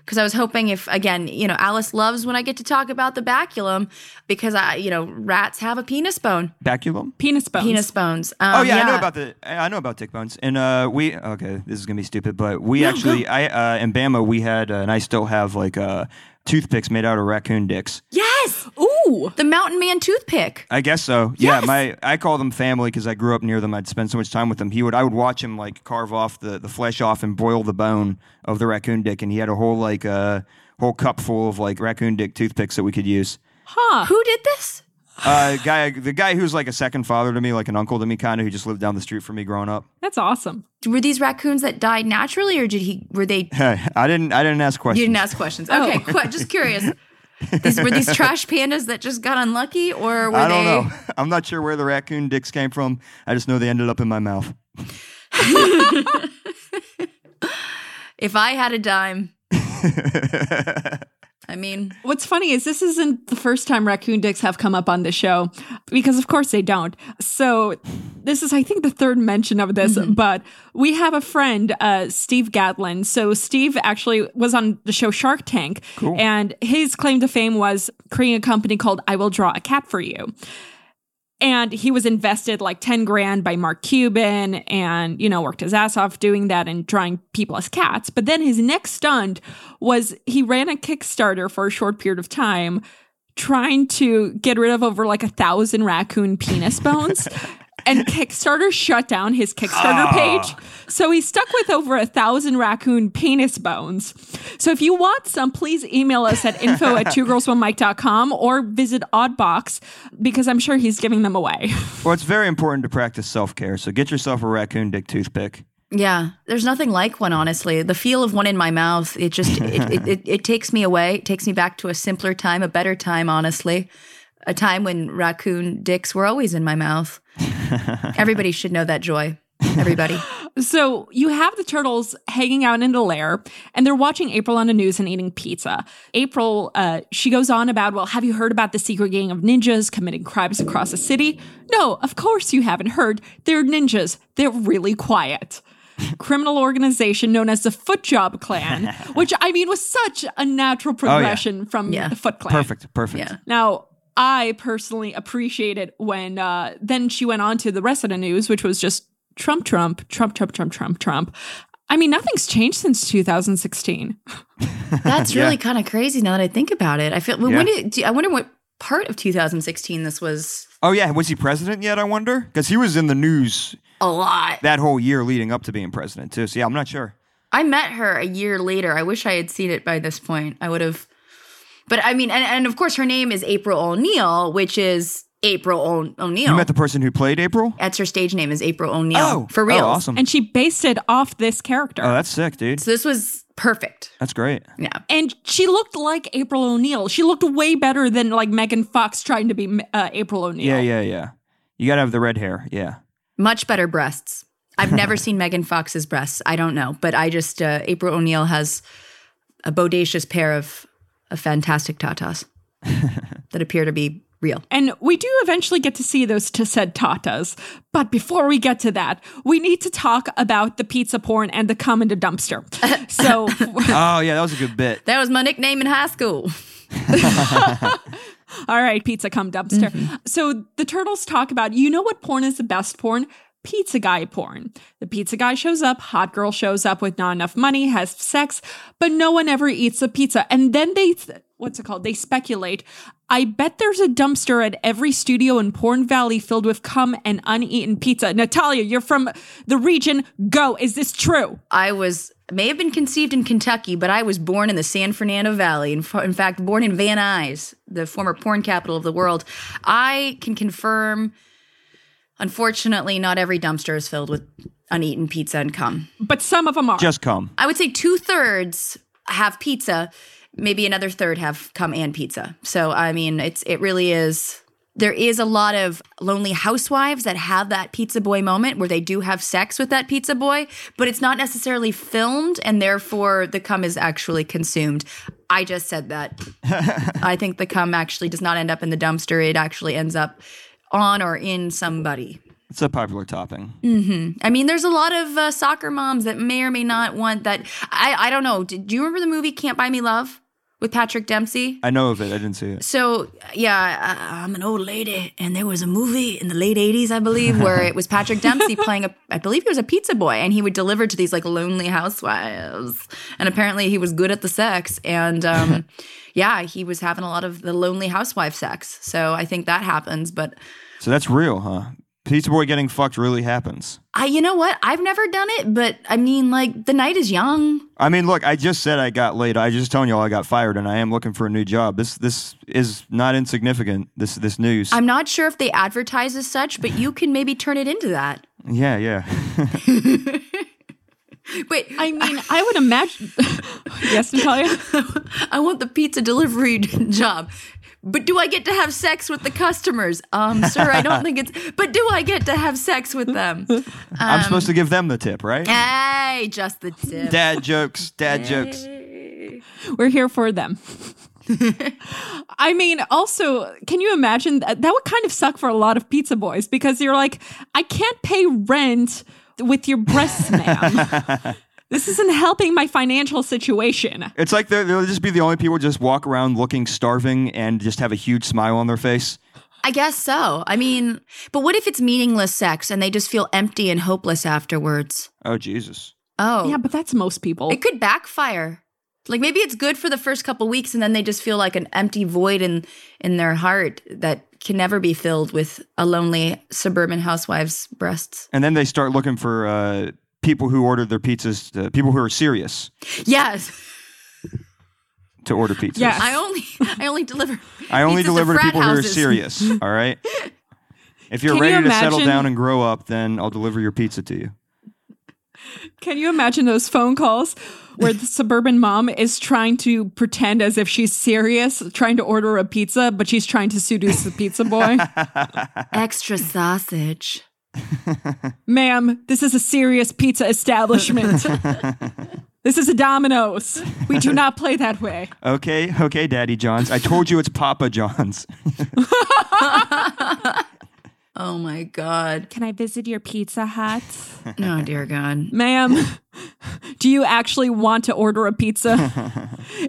S3: Because I was hoping if, again, you know, Alice loves when I get to talk about the baculum because I, you know, rats have a penis bone.
S4: Baculum?
S2: Penis bones.
S3: Penis bones. Um,
S4: Oh yeah, I know about the I know about dick bones. And uh, we okay, this is gonna be stupid, but we actually I uh, in Bama we had uh, and I still have like uh, toothpicks made out of raccoon dicks.
S3: Yes!
S2: Ooh.
S3: The mountain man toothpick.
S4: I guess so. Yeah, my I call them family because I grew up near them. I'd spend so much time with them. He would I would watch him like carve off the, the flesh off and boil the bone of the raccoon dick, and he had a whole like uh, whole cup full of like raccoon dick toothpicks that we could use.
S3: Who did this?
S4: Uh, guy, the guy who's like a second father to me, like an uncle to me, kind of who just lived down the street from me growing up.
S2: That's awesome.
S3: Were these raccoons that died naturally, or did he? Were they? You
S4: I didn't I didn't ask questions.
S3: didn't ask questions. Okay, qu- just curious. These were these trash pandas that just got unlucky, or were
S4: I don't
S3: they?
S4: know. I'm not sure where the raccoon dicks came from. I just know they ended up in my mouth.
S3: If I had a dime, I mean,
S2: What's funny is this isn't the first time raccoon dicks have come up on the show because, of course, they don't. So, this is, I think, the third mention of this, but we have a friend, uh, Steve Gatlin. So, Steve actually was on the show Shark Tank, and his claim to fame was creating a company called I Will Draw a Cat for You. and he was invested like 10 grand by Mark Cuban and, you know, worked his ass off doing that and drawing people as cats. But then his next stunt was he ran a Kickstarter for a short period of time trying to get rid of over like a thousand raccoon penis bones. and Kickstarter shut down his Kickstarter page. So he's stuck with over a thousand raccoon penis bones. So if you want some, please email us at info at two girls one mic.com or visit Oddbox because I'm sure he's giving them away.
S4: Well, it's very important to practice self care. So get yourself a raccoon dick toothpick.
S3: Yeah, there's nothing like one, honestly. The feel of one in my mouth, it just it, it, it, it takes me away. It takes me back to a simpler time, a better time, honestly. A time when raccoon dicks were always in my mouth. Everybody should know that joy. Everybody.
S2: So you have the turtles hanging out in the lair, and they're watching April on the news and eating pizza. April, uh, she goes on about, well, have you heard about the secret gang of ninjas committing crimes across the city? No, of course you haven't heard. They're ninjas. They're really quiet. Criminal organization known as the Foot Job Clan, which I mean was such a natural progression from
S3: Yeah.
S2: the Foot Clan.
S4: Perfect. Perfect.
S3: Yeah.
S2: Now, I personally appreciate it when uh, then she went on to the rest of the news, which was just Trump, Trump, Trump, Trump, Trump, Trump, Trump. I mean, nothing's changed since 2016.
S3: That's really kind of crazy now that I think about it. I feel well, when
S4: Yeah.
S3: did, do- I wonder what part of 2016 this was
S4: Oh, yeah. Was he president yet, I wonder? Because he was in the news
S3: a lot.
S4: that whole year leading up to being president, too. So, yeah, I'm not sure.
S3: I met her a year later. I wish I had seen it by this point. I would have. But I mean, and, and of course, her name is April O'Neil, which is April o- O'Neil.
S4: You met the person who played April?
S3: That's her stage name is April O'Neil.
S4: Oh,
S3: for real.
S4: Oh, awesome.
S2: And she based it off this character.
S4: oh, that's sick, dude.
S3: So this was perfect.
S4: That's great.
S3: Yeah.
S2: and she looked like April O'Neil. She looked way better than like Megan Fox trying to be uh, April O'Neil.
S4: Yeah, yeah, yeah. You got to have the red hair. Yeah.
S3: Much better breasts. I've never seen Megan Fox's breasts. I don't know, but I just uh, April O'Neil has a bodacious pair of, of fantastic tatas that appear to be real.
S2: And we do eventually get to see those to said tatas. But before we get to that, we need to talk about the pizza porn and the cum in the dumpster. So
S4: Oh, yeah. That was a good bit.
S3: That was my nickname in high school.
S2: All right, pizza cum dumpster. So the turtles talk about you know what porn is the best porn? Pizza guy porn. The pizza guy shows up, hot girl shows up with not enough money, has sex, but no one ever eats the pizza. And then they, what's it called? They speculate. I bet there's a dumpster at every studio in Porn Valley filled with cum and uneaten pizza. Natalia, you're from the region. Go. Is this true?
S3: I was may have been conceived in Kentucky, but I was born in the San Fernando Valley. In, fa- in fact, born in Van Nuys, the former porn capital of the world. I can confirm. Unfortunately, not every dumpster is filled with uneaten pizza and cum.
S2: But some of them are.
S4: Just come.
S3: I would say two thirds have pizza. Maybe another third have cum and pizza. So I mean, it's it really is. There is a lot of lonely housewives that have that pizza boy moment where they do have sex with that pizza boy, but it's not necessarily filmed, and therefore the cum is actually consumed. I just said that. I think the cum actually does not end up in the dumpster. It actually ends up on or in somebody.
S4: It's a popular topping.
S3: I mean, there's a lot of uh, soccer moms that may or may not want that. I, I don't know. Did, do you remember the movie Can't Buy Me Love with Patrick Dempsey?
S4: I know of it. I didn't see it.
S3: So, yeah, I, I'm an old lady, and there was a movie in the late 80s, I believe, where it was Patrick Dempsey playing a, I believe he was a pizza boy, and he would deliver to these like lonely housewives. And apparently he was good at the sex. And um, yeah, he was having a lot of the lonely housewife sex. So I think that happens. But
S4: So that's real, huh? Pizza Boy getting fucked really happens.
S3: I, you know what? I've never done it, but I mean, like, the night is young.
S4: I mean, look, I just said I got laid. I just telling y'all I got fired, and I am looking for a new job. This this is not insignificant. This this news.
S3: I'm not sure if they advertise as such, but you can maybe turn it into that.
S4: yeah, yeah.
S3: Wait, I,
S2: I mean, I would imagine. yes, Natalia?
S3: I want the pizza delivery job. But do I get to have sex with the customers? Um, sir, I don't think it's. But do I get to have sex with them?
S2: Um,
S4: I'm supposed to give them the tip, right?
S3: Hey, just the tip.
S4: Dad jokes. Dad jokes.
S2: We're here for them. I mean, also, can you imagine that, that would kind of suck for a lot of pizza boys because you're like, I can't pay rent with your breasts, ma'am. this isn't helping my financial situation.
S4: It's like they're- they'll just be the only people just walk around looking starving and just have a huge smile on their face.
S3: I guess so. I mean, but what if it's meaningless sex and they just feel empty and hopeless afterwards?
S4: Oh Jesus.
S3: Oh,
S2: Yeah, but that's most people.
S3: it could backfire. Like maybe it's good for the first couple weeks and then they just feel like an empty void in in their heart that can never be filled with a lonely suburban housewife's breasts.
S4: And then they start looking for uh, people who ordered their pizzas, to, people who are serious
S3: Yes.
S4: to order pizzas.
S2: Yeah.
S3: I only I only deliver
S4: I only
S3: pizzas to
S4: deliver to
S3: frat
S4: people who
S3: houses.
S4: are serious. All right. If you're
S2: Can you
S4: ready to settle
S2: imagine-
S4: down and grow up, then I'll deliver your pizza to you.
S2: Can you imagine those phone calls where the suburban mom is trying to pretend as if she's serious, trying to order a pizza, but she's trying to seduce the pizza boy?
S3: extra sausage.
S2: Ma'am, this is a serious pizza establishment. this is a Domino's. We do not play that way.
S4: Okay, okay, Daddy John's. I told you it's Papa John's.
S3: Oh my god.
S2: Can I visit your Pizza Hut?
S3: Oh dear god.
S2: Ma'am, do you actually want to order a pizza?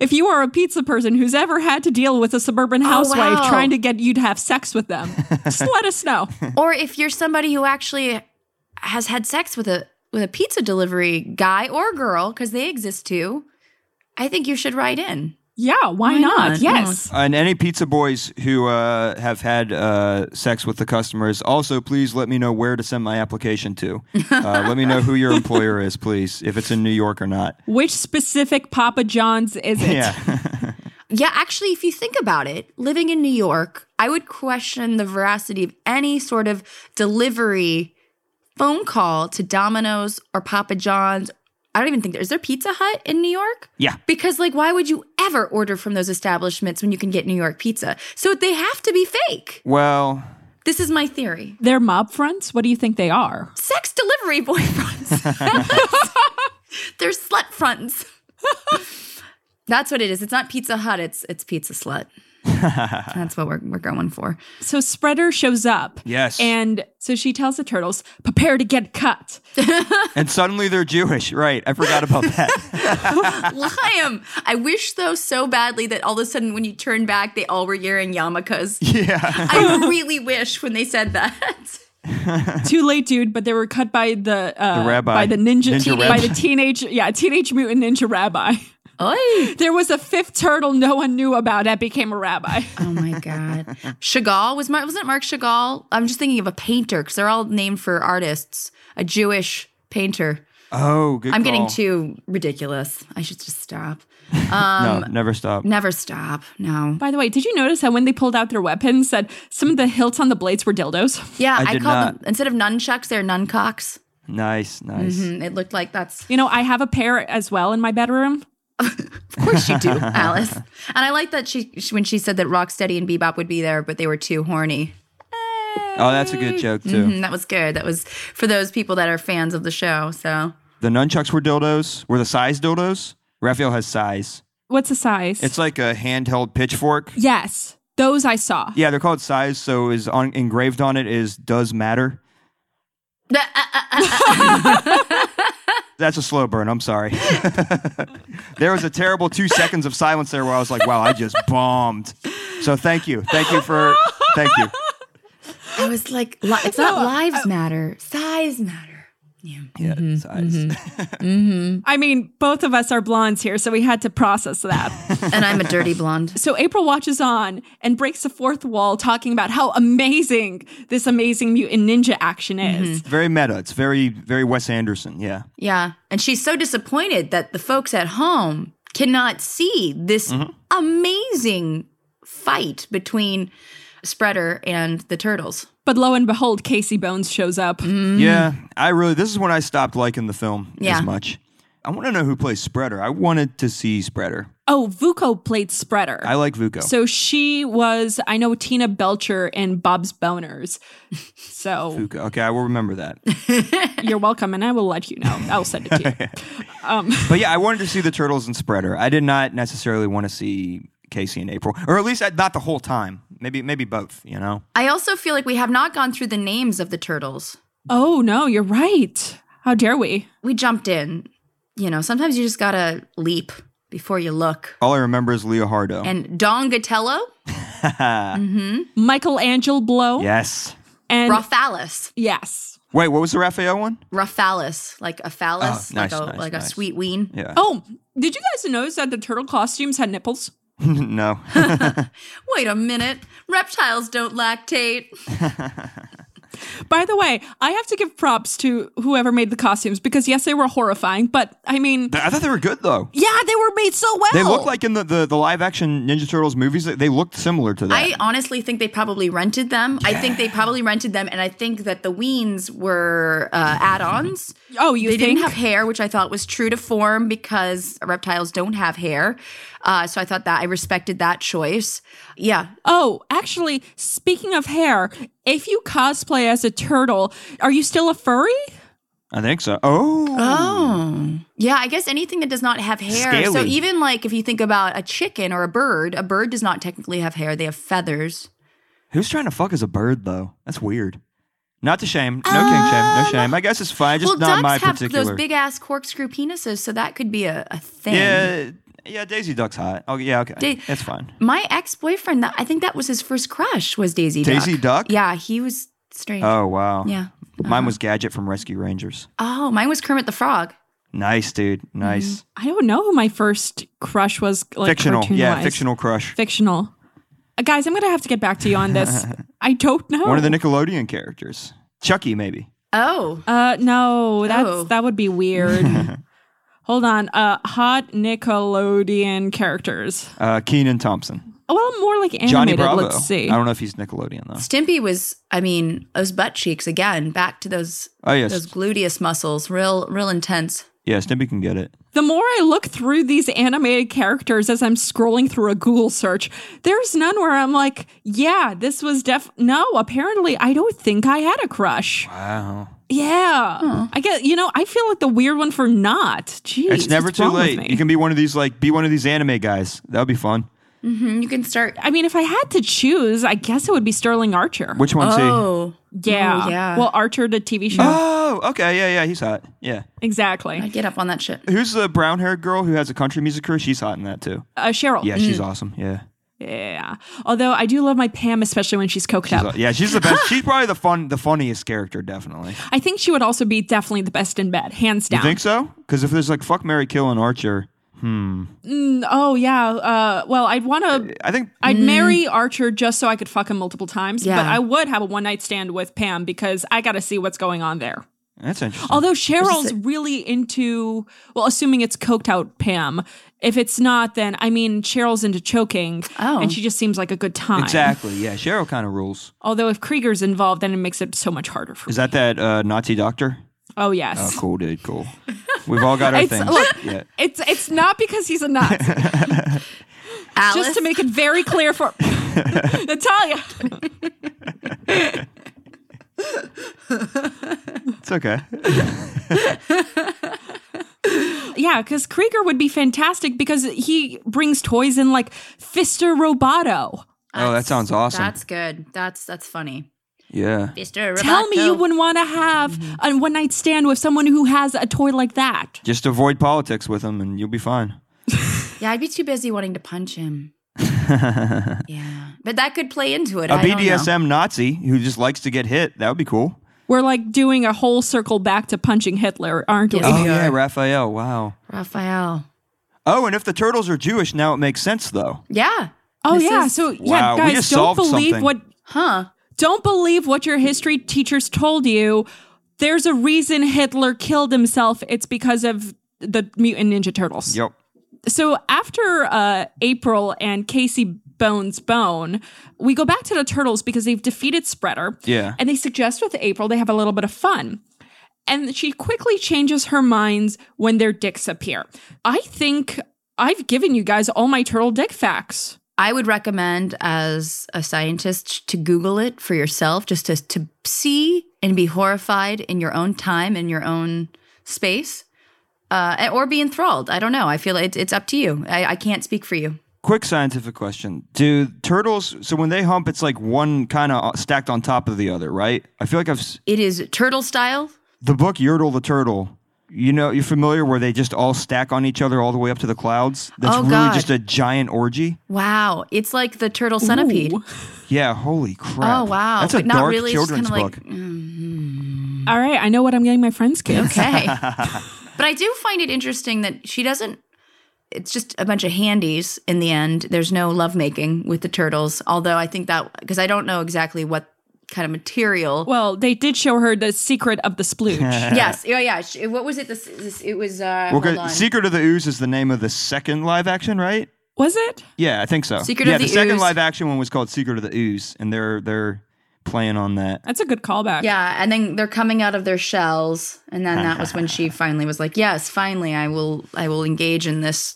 S2: if you are a pizza person who's ever had to deal with a suburban housewife
S3: wow.
S2: trying to get you to have sex with them, just let us know.
S3: or if you're somebody who actually has had sex with a with a pizza delivery guy or girl cuz they exist too, I think you should write in.
S2: Yeah, why,
S3: Why
S2: not?
S3: not?
S2: Yes.
S4: And any pizza boys who uh, have had uh, sex with the customers, also please let me know where to send my application to. Uh, let me know who your employer is, please, if it's in New York or not.
S2: Which specific Papa John's is it?
S4: Yeah,
S3: Yeah, actually, if you think about it, living in New York, I would question the veracity of any sort of delivery phone call to Domino's or Papa John's. I don't even think there is there Pizza Hut in New York?
S4: yeah.
S3: Because like why would you ever order from those establishments when you can get New York pizza? So they have to be fake.
S4: Well,
S3: This is my theory.
S2: They're mob fronts? What do you think they are?
S3: Sex delivery boyfriends. They're slut fronts. That's what it is. It's not Pizza Hut, it's it's Pizza Slut. That's what we're we're going for.
S2: So Spreader shows up.
S4: Yes.
S2: And so she tells the turtles, prepare to get cut.
S4: and suddenly they're Jewish, right? I forgot about that.
S3: Liam. I wish though so badly that all of a sudden when you turn back, they all were wearing yarmulkes.
S4: yeah.
S3: I really wish when they said that.
S2: Too late, dude, but they were cut by the, uh,
S4: The rabbi.
S2: by the ninja,
S4: Ninja
S2: by
S4: rabbi.
S2: the teenage yeah, teenage mutant ninja rabbi.
S3: Oy.
S2: There was a fifth turtle no one knew about that became a rabbi.
S3: Oh my god. Chagall was Mar- wasn't it Mark Chagall? I'm just thinking of a painter because they're all named for artists. A Jewish painter.
S4: Oh, good.
S3: I'm getting
S4: call.
S3: too ridiculous. I should just stop.
S4: no, never stop.
S3: Never stop. No.
S2: By the way, did you notice how when they pulled out their weapons that some of the hilts on the blades were dildos?
S3: Yeah,
S4: I
S3: I,
S4: did
S3: called
S4: not.
S3: them instead of nunchucks, they're nuncocks.
S4: nice, nice.
S3: Mm, It looked like that's
S2: You know, I have a pair as well in my bedroom.
S3: Of course you do, Alice. And I like that she, she when she said that Rocksteady and Bebop would be there, but they were too horny.
S4: Oh, that's a good joke too.
S3: Mm, that was good. That was for those people that are fans of the show. So
S4: The nunchucks were dildos. Were the size dildos? Raphael has size.
S2: What's the size?
S4: It's like a handheld pitchfork.
S2: Yes, those I saw.
S4: Yeah, they're called size. So is on, engraved on it is does matter. That's a slow burn. I'm sorry. there was a terrible two seconds of silence there where I was like, "Wow, I just bombed." So thank you, thank you for, thank you.
S3: I was like, li- it's not lives matter, size matter.
S4: Yeah, size.
S2: I mean, both of us are blondes here, so we had to process that.
S3: And I'm a dirty blonde.
S2: so April watches on and breaks the fourth wall, talking about how amazing this amazing mutant ninja action is.
S4: Very meta. It's very, very Wes Anderson. Yeah.
S3: Yeah. And she's so disappointed that the folks at home cannot see this
S4: Mm-hmm.
S3: amazing fight between Spreader and the turtles.
S2: But lo and behold, Casey Bones shows up.
S4: Mm-hmm. Yeah, I really. This is when I stopped liking the film
S3: Yeah.
S4: as much. I want to know who plays Spreader. I wanted to see Spreader.
S2: Oh, Vuko played Spreader.
S4: I like Vuko.
S2: so she was, I know Tina Belcher in Bob's Boners. So
S4: Vuko. Okay, I will remember that.
S2: you're welcome, and I will let you know. I'll send it to you.
S4: but yeah, I wanted to see the turtles and Spreader. I did not necessarily want to see Casey and April, or at least I- not the whole time. Maybe maybe both. You know.
S3: I also feel like we have not gone through the names of the turtles.
S2: Oh, no, you're right. How dare we?
S3: we jumped in. You know, sometimes you just gotta leap before you look.
S4: All I remember is Leohardo.
S3: And Don Gatello,
S2: Michelangelo Blow.
S4: Yes.
S2: And
S3: Raphaelis.
S2: yes.
S4: Wait, what was the Raphael one?
S3: Raphaelis. Like a phallus.
S4: Oh, nice,
S3: like a
S4: nice,
S3: like a
S4: nice.
S3: sweet ween.
S4: Yeah.
S2: Oh, did you guys notice that the turtle costumes had nipples?
S4: no.
S3: Wait a minute. Reptiles don't lactate.
S2: By the way, I have to give props to whoever made the costumes because yes, they were horrifying, but I mean,
S4: I thought they were good though.
S2: yeah, they were made so well.
S4: They look like in the, the, the live action Ninja Turtles movies, they- they looked similar to that.
S3: I honestly think they probably rented them. I think they probably rented them, and I think that the weens were uh, add-ons.
S2: Oh, you
S3: they
S2: think?
S3: didn't have hair, which I thought was true to form because reptiles don't have hair. Uh, so I thought that I respected that choice. Yeah,
S2: oh, actually, speaking of hair, if you cosplay as a turtle, are you still a furry?
S4: I think so. Oh.
S3: Oh. Yeah, I guess anything that does not have hair. So
S4: Scaly.
S3: even like if you think about a chicken or a bird, a bird does not technically have hair. They have feathers.
S4: Who's trying to fuck as a bird though? That's weird. Not to shame. No king shame. No shame. I guess it's fine.
S3: Oh.
S4: Just
S3: well,
S4: not
S3: ducks
S4: my
S3: have
S4: particular.
S3: those big ass corkscrew penises, so that could be a, a thing.
S4: yeah. Yeah, Daisy Duck's hot. Oh, yeah, okay.
S3: Da-
S4: it's fine.
S3: My ex boyfriend, I think that was his first crush, was Daisy Duck.
S4: Daisy Duck?
S3: Yeah, he was strange.
S4: Oh, wow.
S3: Yeah.
S4: Mine
S2: Uh-huh.
S4: was Gadget from Rescue Rangers.
S3: Oh, mine was Kermit the Frog.
S4: Nice, dude. Nice.
S2: I don't know who my first crush was. Mm-hmm. Like,
S4: fictional. Yeah,
S2: cartoon-wise.
S4: fictional crush.
S2: Fictional. Uh, guys, I'm gonna have to get back to you on this. I don't know.
S4: One of the Nickelodeon characters. Chucky, maybe.
S3: Oh.
S2: Uh, no, that's
S3: Oh.
S2: that would be weird. Hold on. Uh, hot Nickelodeon characters.
S4: Uh, Keenan Thompson.
S2: Well, more like animated.
S4: Johnny Bravo.
S2: Let's see.
S4: I don't know if he's Nickelodeon, though.
S3: Stimpy was, I mean, those butt cheeks again, back to those
S4: Oh, yes.
S3: those gluteus muscles, real real intense.
S4: Yeah, Stimpy can get it.
S2: The more I look through these animated characters as I'm scrolling through a Google search, there's none where I'm like, yeah, this was def. No, apparently, I don't think I had a crush.
S4: Wow.
S2: Yeah, I get. You know, I feel like the weird one for not. Jeez,
S4: It's never
S2: what's
S4: too
S2: wrong with
S4: late.
S2: me?
S4: You can be one of these, like, be one of these anime guys. That would be fun.
S3: And you can start
S2: I mean, if I had to choose, I guess it would be Sterling Archer.
S4: Which one's he?
S3: Oh,
S2: yeah,
S3: Oh, yeah.
S2: Well, Archer, the TV show.
S4: Oh, okay. Yeah, yeah. He's hot.
S3: I
S4: Yeah.
S2: Exactly.
S3: get up on that shit.
S4: Who's the brown haired girl who has a country music career? She's hot in that, too.
S2: Uh, Cheryl.
S4: Yeah, she's awesome. Yeah.
S2: Yeah. Although I do love my Pam, especially when she's coked
S4: She's
S2: up.
S4: a- yeah, she's the best. she's probably the fun, the funniest character, definitely.
S2: I think she would also be definitely the best in bed, hands down.
S4: You think so? Because if there's like fuck Mary Kill and Archer,
S2: Oh yeah. Uh, well, I'd want to.
S4: I think
S2: I'd marry Archer just so I could fuck him multiple times.
S3: mm. Yeah.
S2: But I would have a one night stand with Pam because I got to see what's going on there.
S4: that's interesting.
S2: Although Cheryl's really into, well, assuming it's coked out Pam. If it's not, then I mean Cheryl's into choking,
S3: Oh.
S2: and she just seems like a good time.
S4: exactly. Yeah, Cheryl kind of rules.
S2: Although if Krieger's involved, then it makes it so much harder for.
S4: Is
S2: me.
S4: that that uh, Nazi doctor?
S2: Oh yes.
S4: Oh, cool, dude. Cool. We've all got our
S2: It's-
S4: things.
S2: look,
S4: yeah.
S2: It's it's not because he's a Nazi.
S3: Alice,
S2: just to make it very clear for Natalia.
S4: It's okay.
S2: Yeah, because Krieger would be fantastic because he brings toys in like Fister Roboto.
S4: Oh, that sounds awesome.
S3: That's good. That's that's funny.
S4: yeah.
S3: Mr.
S2: Tell me you wouldn't want to have a
S4: Mm-hmm.
S2: one night stand with someone who has a toy like that.
S4: Just avoid politics with him, and you'll be fine.
S3: Yeah, I'd be too busy wanting to punch him. yeah, but that could play into it.
S4: A
S3: I don't know.
S4: BDSM Nazi who just likes to get hit. That would be cool.
S2: We're like doing a whole circle back to punching Hitler, aren't we?
S3: Yes.
S4: Oh
S3: Yeah.
S4: yeah, Raphael. Wow.
S3: Raphael.
S4: Oh, and if the turtles are Jewish, now it makes sense though.
S3: Yeah.
S2: Oh
S3: This
S2: yeah.
S3: is-
S2: So yeah,
S4: Wow, we
S2: guys,
S4: just
S2: don't
S4: solved
S2: believe
S4: something.
S2: what
S3: huh?
S2: don't believe what your history teachers told you. There's a reason Hitler killed himself. It's because of the mutant ninja turtles.
S4: Yep.
S2: So after uh, April and Casey Bones Bone, we go back to the turtles because they've defeated Spreader.
S4: Yeah.
S2: And they suggest with April they have a little bit of fun. And she quickly changes her minds when their dicks appear. I think I've given you guys all my turtle dick facts.
S3: I would recommend as a scientist to Google it for yourself, just to to see and be horrified in your own time in your own space, uh, or be enthralled. I don't know. I feel it, it's up to you. I, I can't speak for you.
S4: Quick scientific question. Do turtles, so when they hump, it's like one kind of stacked on top of the other, right? I feel like I've, s-
S3: It is turtle style.
S4: the book Yertle the Turtle You know, you're familiar where they just all stack on each other all the way up to the clouds? That's
S3: Oh,
S4: really
S3: God.
S4: just a giant orgy.
S3: Wow, it's like the turtle centipede.
S2: Ooh.
S4: Yeah, holy crap.
S3: Oh wow,
S4: That's a
S3: but not
S4: dark
S3: really. it's
S4: children's
S3: just kind of
S4: book.
S3: like mm,
S2: All right, I know what I'm getting my friends kids.
S3: okay. but I do find it interesting that she doesn't. It's just a bunch of handies in the end. There's no lovemaking with the turtles, although I think that because I don't know exactly what kind of material.
S2: Well, they did show her the secret of the splooge.
S3: yes, yeah, yeah. She, what was it? This, this it was. Uh,
S4: Uh-huh. Well,
S3: hold
S4: good-
S3: on.
S4: Secret of the Ooze is the name of the second live action, right?
S2: Was it?
S4: Yeah, I think so.
S3: Secret
S4: yeah,
S3: of
S4: the,
S3: the
S4: second
S3: Ooze.
S4: live action one was called Secret of the Ooze, and they're they're playing on that.
S2: That's a good callback.
S3: Yeah, and then they're coming out of their shells, and then that was when
S4: Uh-huh.
S3: she finally was like, "Yes, finally, I will, I will engage in this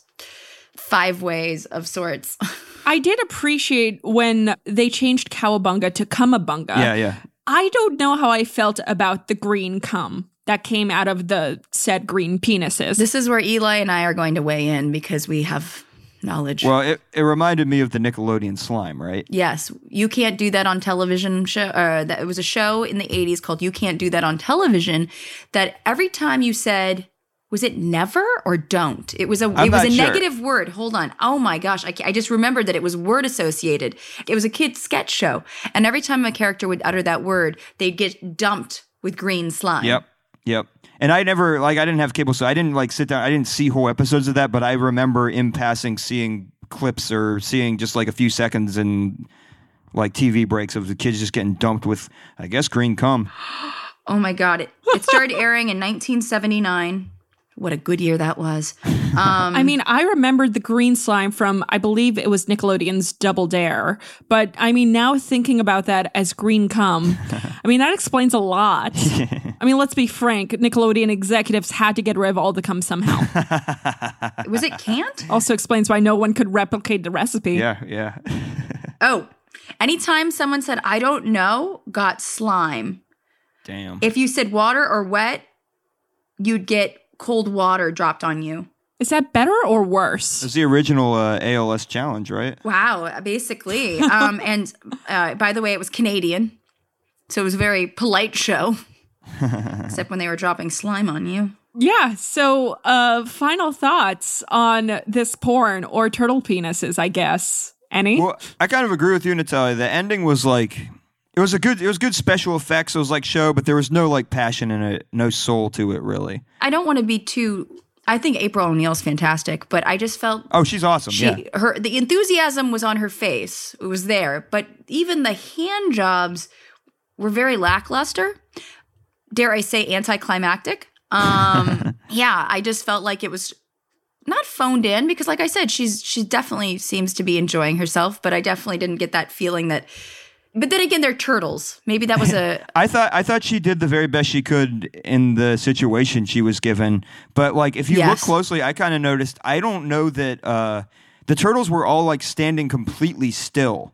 S3: five ways of sorts."
S2: I did appreciate when they changed cowabunga to
S3: Uh,
S2: cumabunga.
S4: yeah, yeah.
S2: I don't know how I felt about the green cum that came out of the said green penises.
S3: this is where Eli and I are going to weigh in because we have knowledge.
S4: Well, it, it reminded me of the Nickelodeon slime, right?
S3: yes, you can't do that on television show. Or that it was a show in the '80s called "You Can't Do That on Television." That every time you said. Was it never or don't? It was a
S4: I'm
S3: it was
S4: not
S3: a
S4: sure.
S3: negative word. Hold on. Oh my gosh, I, ca- I just remembered that it was word associated. It was a kid's sketch show, and every time a character would utter that word, they'd get dumped with green slime.
S4: Yep. Yep. And I never like I didn't have cable, so I didn't like sit down. I didn't see whole episodes of that, but I remember in passing seeing clips or seeing just like a few seconds and like TV breaks of the kids just getting dumped with, I guess, green cum.
S3: Oh my God. It, it started airing in 1979. What a good year that was. Um,
S2: I mean, I remembered the green slime from, I believe it was Nickelodeon's Double Dare. But I mean, now thinking about that as green cum, I mean, that explains a lot. I mean, let's be frank Nickelodeon executives had to get rid of all the cum somehow.
S3: was it can't?
S2: also explains why no one could replicate the recipe.
S4: Yeah, yeah.
S3: Oh, anytime someone said, I don't know, got slime.
S4: Damn.
S3: If you said water or wet, you'd get cold water dropped on you.
S2: Is that better or worse?
S4: It's the original uh, ALS challenge, right?
S3: Wow, basically. Um, and uh, by the way, it was Canadian. So it was a very polite show, except when they were dropping slime on you.
S2: Yeah. So, uh, final thoughts on this porn or turtle penises, I guess. Any?
S4: Well, I kind of agree with you, Natalia. The ending was like it was a good it was good special effects. It was like show, but there was no like passion in it, no soul to it really.
S3: I don't want to be too. I think April O'Neil's fantastic, but I just felt
S4: Oh, she's awesome.
S3: she
S4: yeah.
S3: her the enthusiasm was on her face. It was there, but even the hand jobs were very lackluster. Dare I say anticlimactic? Um, yeah, I just felt like it was not phoned in because, like I said, she's she definitely seems to be enjoying herself, but I definitely didn't get that feeling that. But then again, they're turtles. Maybe that was a
S4: I thought I thought she did the very best she could in the situation she was given. But like if you look
S3: Yes.
S4: closely, I kind of noticed I don't know that uh the turtles were all like standing completely still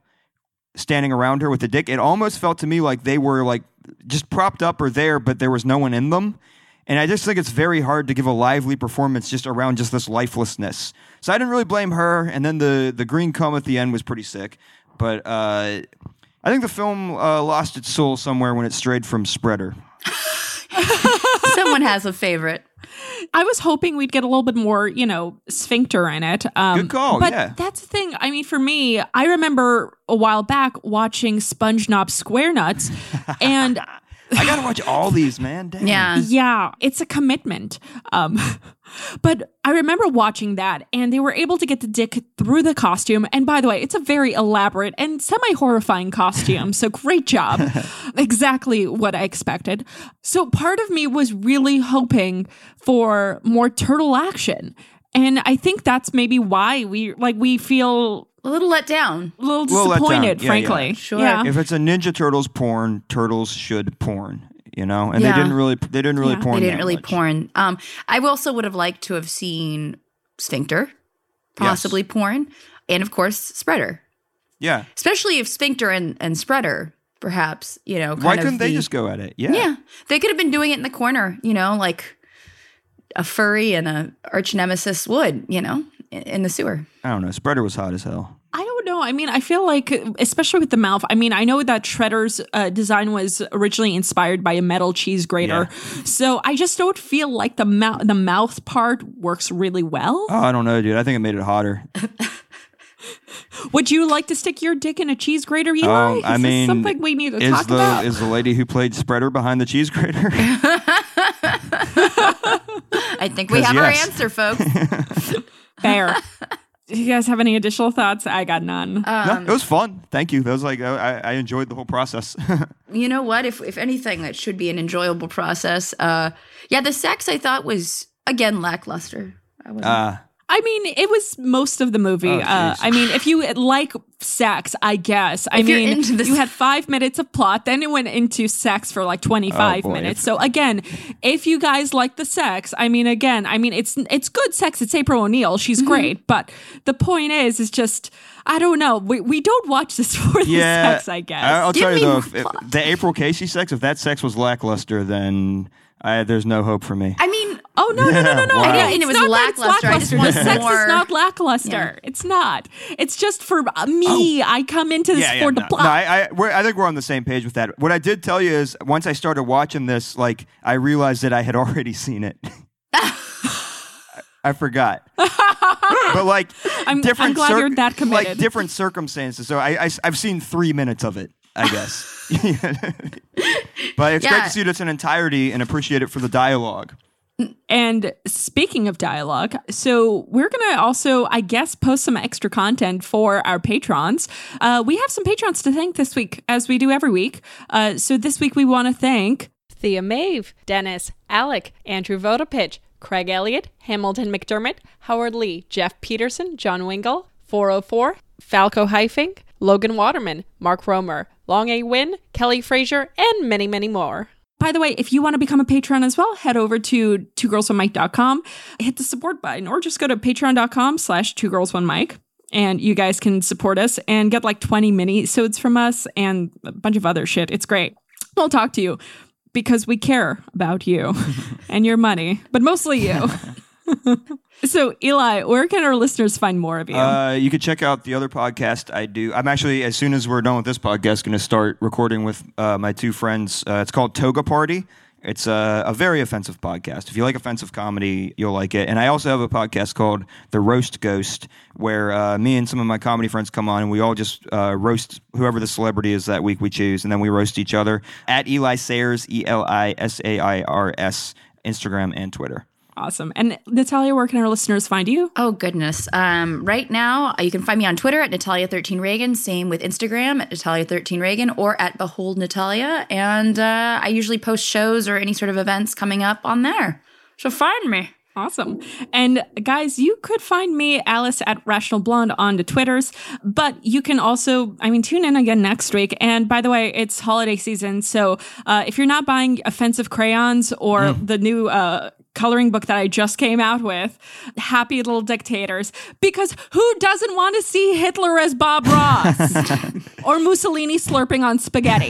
S4: standing around her with the dick. It almost felt to me like they were like just propped up or there but there was no one in them. And I just think it's very hard to give a lively performance just around just this lifelessness. So I didn't really blame her and then the the green comb at the end was pretty sick. But uh I think the film uh, lost its soul somewhere when it strayed from Spreader.
S3: someone has a favorite.
S2: I was hoping we'd get a little bit more, you know, sphincter in it. Um,
S4: Good call,
S2: But
S4: yeah.
S2: that's the thing. I mean, for me, I remember a while back watching SpongeBob SquareNuts, and
S4: I gotta watch all these, man. Damn.
S3: Yeah,
S2: yeah, it's a commitment. Um, but I remember watching that, and they were able to get the dick through the costume. And by the way, it's a very elaborate and semi horrifying costume. so great job. exactly what I expected. So part of me was really hoping for more turtle action. And I think that's maybe why we like we feel
S3: a little let down.
S2: a little
S4: Little let down.
S2: disappointed,
S4: Yeah,
S2: frankly.
S4: yeah.
S3: Sure.
S2: Yeah.
S4: If it's a Ninja Turtles porn, turtles should porn. You know, and
S3: Yeah.
S4: they didn't really, they didn't really
S2: Yeah.
S4: porn.
S3: They didn't
S4: that
S3: really
S4: much.
S3: porn. Um, I also would have liked to have seen sphincter, possibly porn, and of course spreader.
S4: Yeah.
S3: Especially if sphincter and, and spreader, perhaps you know. Kind
S4: Why
S3: of
S4: couldn't they
S3: the-
S4: just go at it? Yeah.
S3: Yeah, they could have been doing it in the corner. You know, like a furry and a arch nemesis would. You know, in, in the sewer.
S4: I don't know. Spreader was hot as hell.
S2: I don't know. No, I mean, I feel like, especially with the mouth, I mean, I know that Shredder's uh, design was originally inspired by a metal cheese grater. So I just don't feel like the, mou- the mouth part works really well.
S4: Oh, I don't know, dude. I think it made it hotter.
S2: Would you like to stick your dick in a cheese grater, Eli?
S4: Um,
S2: Is
S4: I
S2: this
S4: mean,
S2: something we need to
S4: is
S2: talk
S4: the
S2: about?
S4: is the lady who played Spreader behind the cheese grater?
S3: I think we
S4: 'Cause
S3: have
S4: yes.
S3: our answer, folks.
S2: Fair. Do you guys have any additional thoughts? I got none.
S4: no, it was fun. Thank you. That was like I, I enjoyed the whole process.
S3: you know what? If if anything, it should be an enjoyable process. Uh, yeah, the sex I thought was again lackluster. I wasn't.
S4: uh,
S2: I mean, it was most of the movie.
S4: Oh,
S2: uh,
S4: jeez.
S2: I mean, if you like sex, I guess. I
S3: If you're
S2: mean,
S3: into this-
S2: you had five minutes of plot, then it went into sex for like 25
S4: Oh, boy.
S2: minutes. So again, if you guys like the sex, I mean, again, I mean, it's it's good sex. It's April O'Neil. She's
S3: Mm-hmm.
S2: great. But the point is, is just, I don't know. We, we don't watch this for the
S4: yeah,
S2: sex, I guess.
S4: I, will
S3: Give
S4: tell you
S3: me
S4: though,
S3: more
S4: if, if
S3: plot.
S4: the April Casey sex, if that sex was lackluster, then I, there's no hope for me.
S3: I mean,
S2: Oh no no no no no!
S4: Yeah, wow. I
S3: didn't- it was
S2: not that it's
S3: lackluster. I just wanted
S2: The sex
S3: more-
S2: is not lackluster. It's not. It's just for uh, me. I come into this for the
S4: Oh. no,
S2: plot.
S4: No, I, I, we're, I think we're on the same page with that. What I did tell you is, once I started watching this, like I realized that I had already seen it. I forgot, but like
S2: I'm
S4: different.
S2: glad
S4: cir-
S2: you're that
S4: Like
S2: committed.
S4: different circumstances. So I, I have seen three minutes of it. I guess. but it's great
S3: Yeah.
S4: to see it in entirety and appreciate it for the dialogue.
S2: and speaking of dialogue, so we're gonna also, I guess, post some extra content for our patrons. Uh, we have some patrons to thank this week, as we do every week. Uh, so this week we want to thank
S5: Thea Mave, Dennis, Alec, Andrew Vodopich, Craig Elliott, Hamilton McDermott, Howard Lee, Jeff Peterson, John Wingle, 404, Falco Hyfink, Logan Waterman, Mark Romer, Long A. Win, Kelly Frazier, and many, many more.
S2: By the way, if you want to become a patron as well, head over to twogirlsonemic.com, hit the support button, or just go to patreon.com slash two girls one mic. And you guys can support us and get like 20 mini sods from us and a bunch of other shit. It's great. We'll talk to you because we care about you and your money, but mostly you. so, Eli, where can our listeners find more of you?
S4: Uh, you could check out the other podcast I do. I'm actually, as soon as we're done with this podcast, going to start recording with uh, my two friends. Uh, it's called Toga Party. It's uh, a, a very offensive podcast. If you like offensive comedy, you'll like it. And I also have a podcast called The Roast Ghost, where uh, me and some of my comedy friends come on and we all just uh, roast whoever the celebrity is that week we choose, and then we roast each other at Eli Sayers, E L I S A I R S, Instagram and Twitter.
S2: awesome. And Natalia, where can our listeners find you?
S3: Oh goodness! Um, right now, you can find me on Twitter at Natalia13Reagan. Same with Instagram at Natalia13Reagan or at Behold Natalia. And uh, I usually post shows or any sort of events coming up on there. So find me.
S2: Awesome. And guys, you could find me, Alice, at Rational Blonde on the Twitters, but you can also, I mean, tune in again next week. And by the way, it's holiday season. So uh, if you're not buying offensive crayons or the new uh, coloring book that I just came out with, Happy Little Dictators, because who doesn't want to see Hitler as Bob Ross or Mussolini slurping on spaghetti?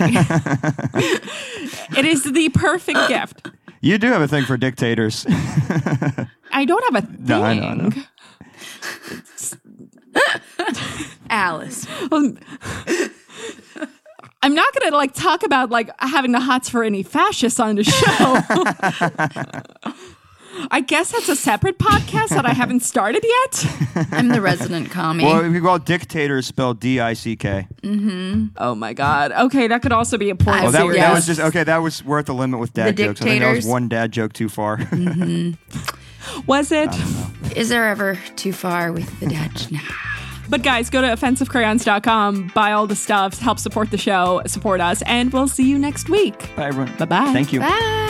S2: it is the perfect gift.
S4: You do have a thing for dictators.
S2: I don't have a thing.
S4: No, I know, I know.
S3: Alice.
S2: Um, I'm not gonna like talk about like having the hots for any fascists on the show. I guess that's a separate podcast that I haven't started yet.
S3: I'm the resident commie.
S4: well, if you call dictators spelled D I C K.
S3: Mm-hmm.
S2: Oh my god. Okay, that could also be a point.
S3: I
S4: Oh, that, was- that
S3: Serious.
S4: was just okay. That was worth the limit with dad
S3: The
S4: jokes. I think that was
S3: dictators. Mm.
S4: one dad joke too far.
S2: was it?
S3: Is there ever too far with the Dutch? Nah.
S2: But guys, go to offensivecrayons.com, buy all the stuff, help support the show, support us, and we'll see you next week.
S4: Bye, everyone.
S2: Bye-bye.
S4: Thank you.
S3: Bye.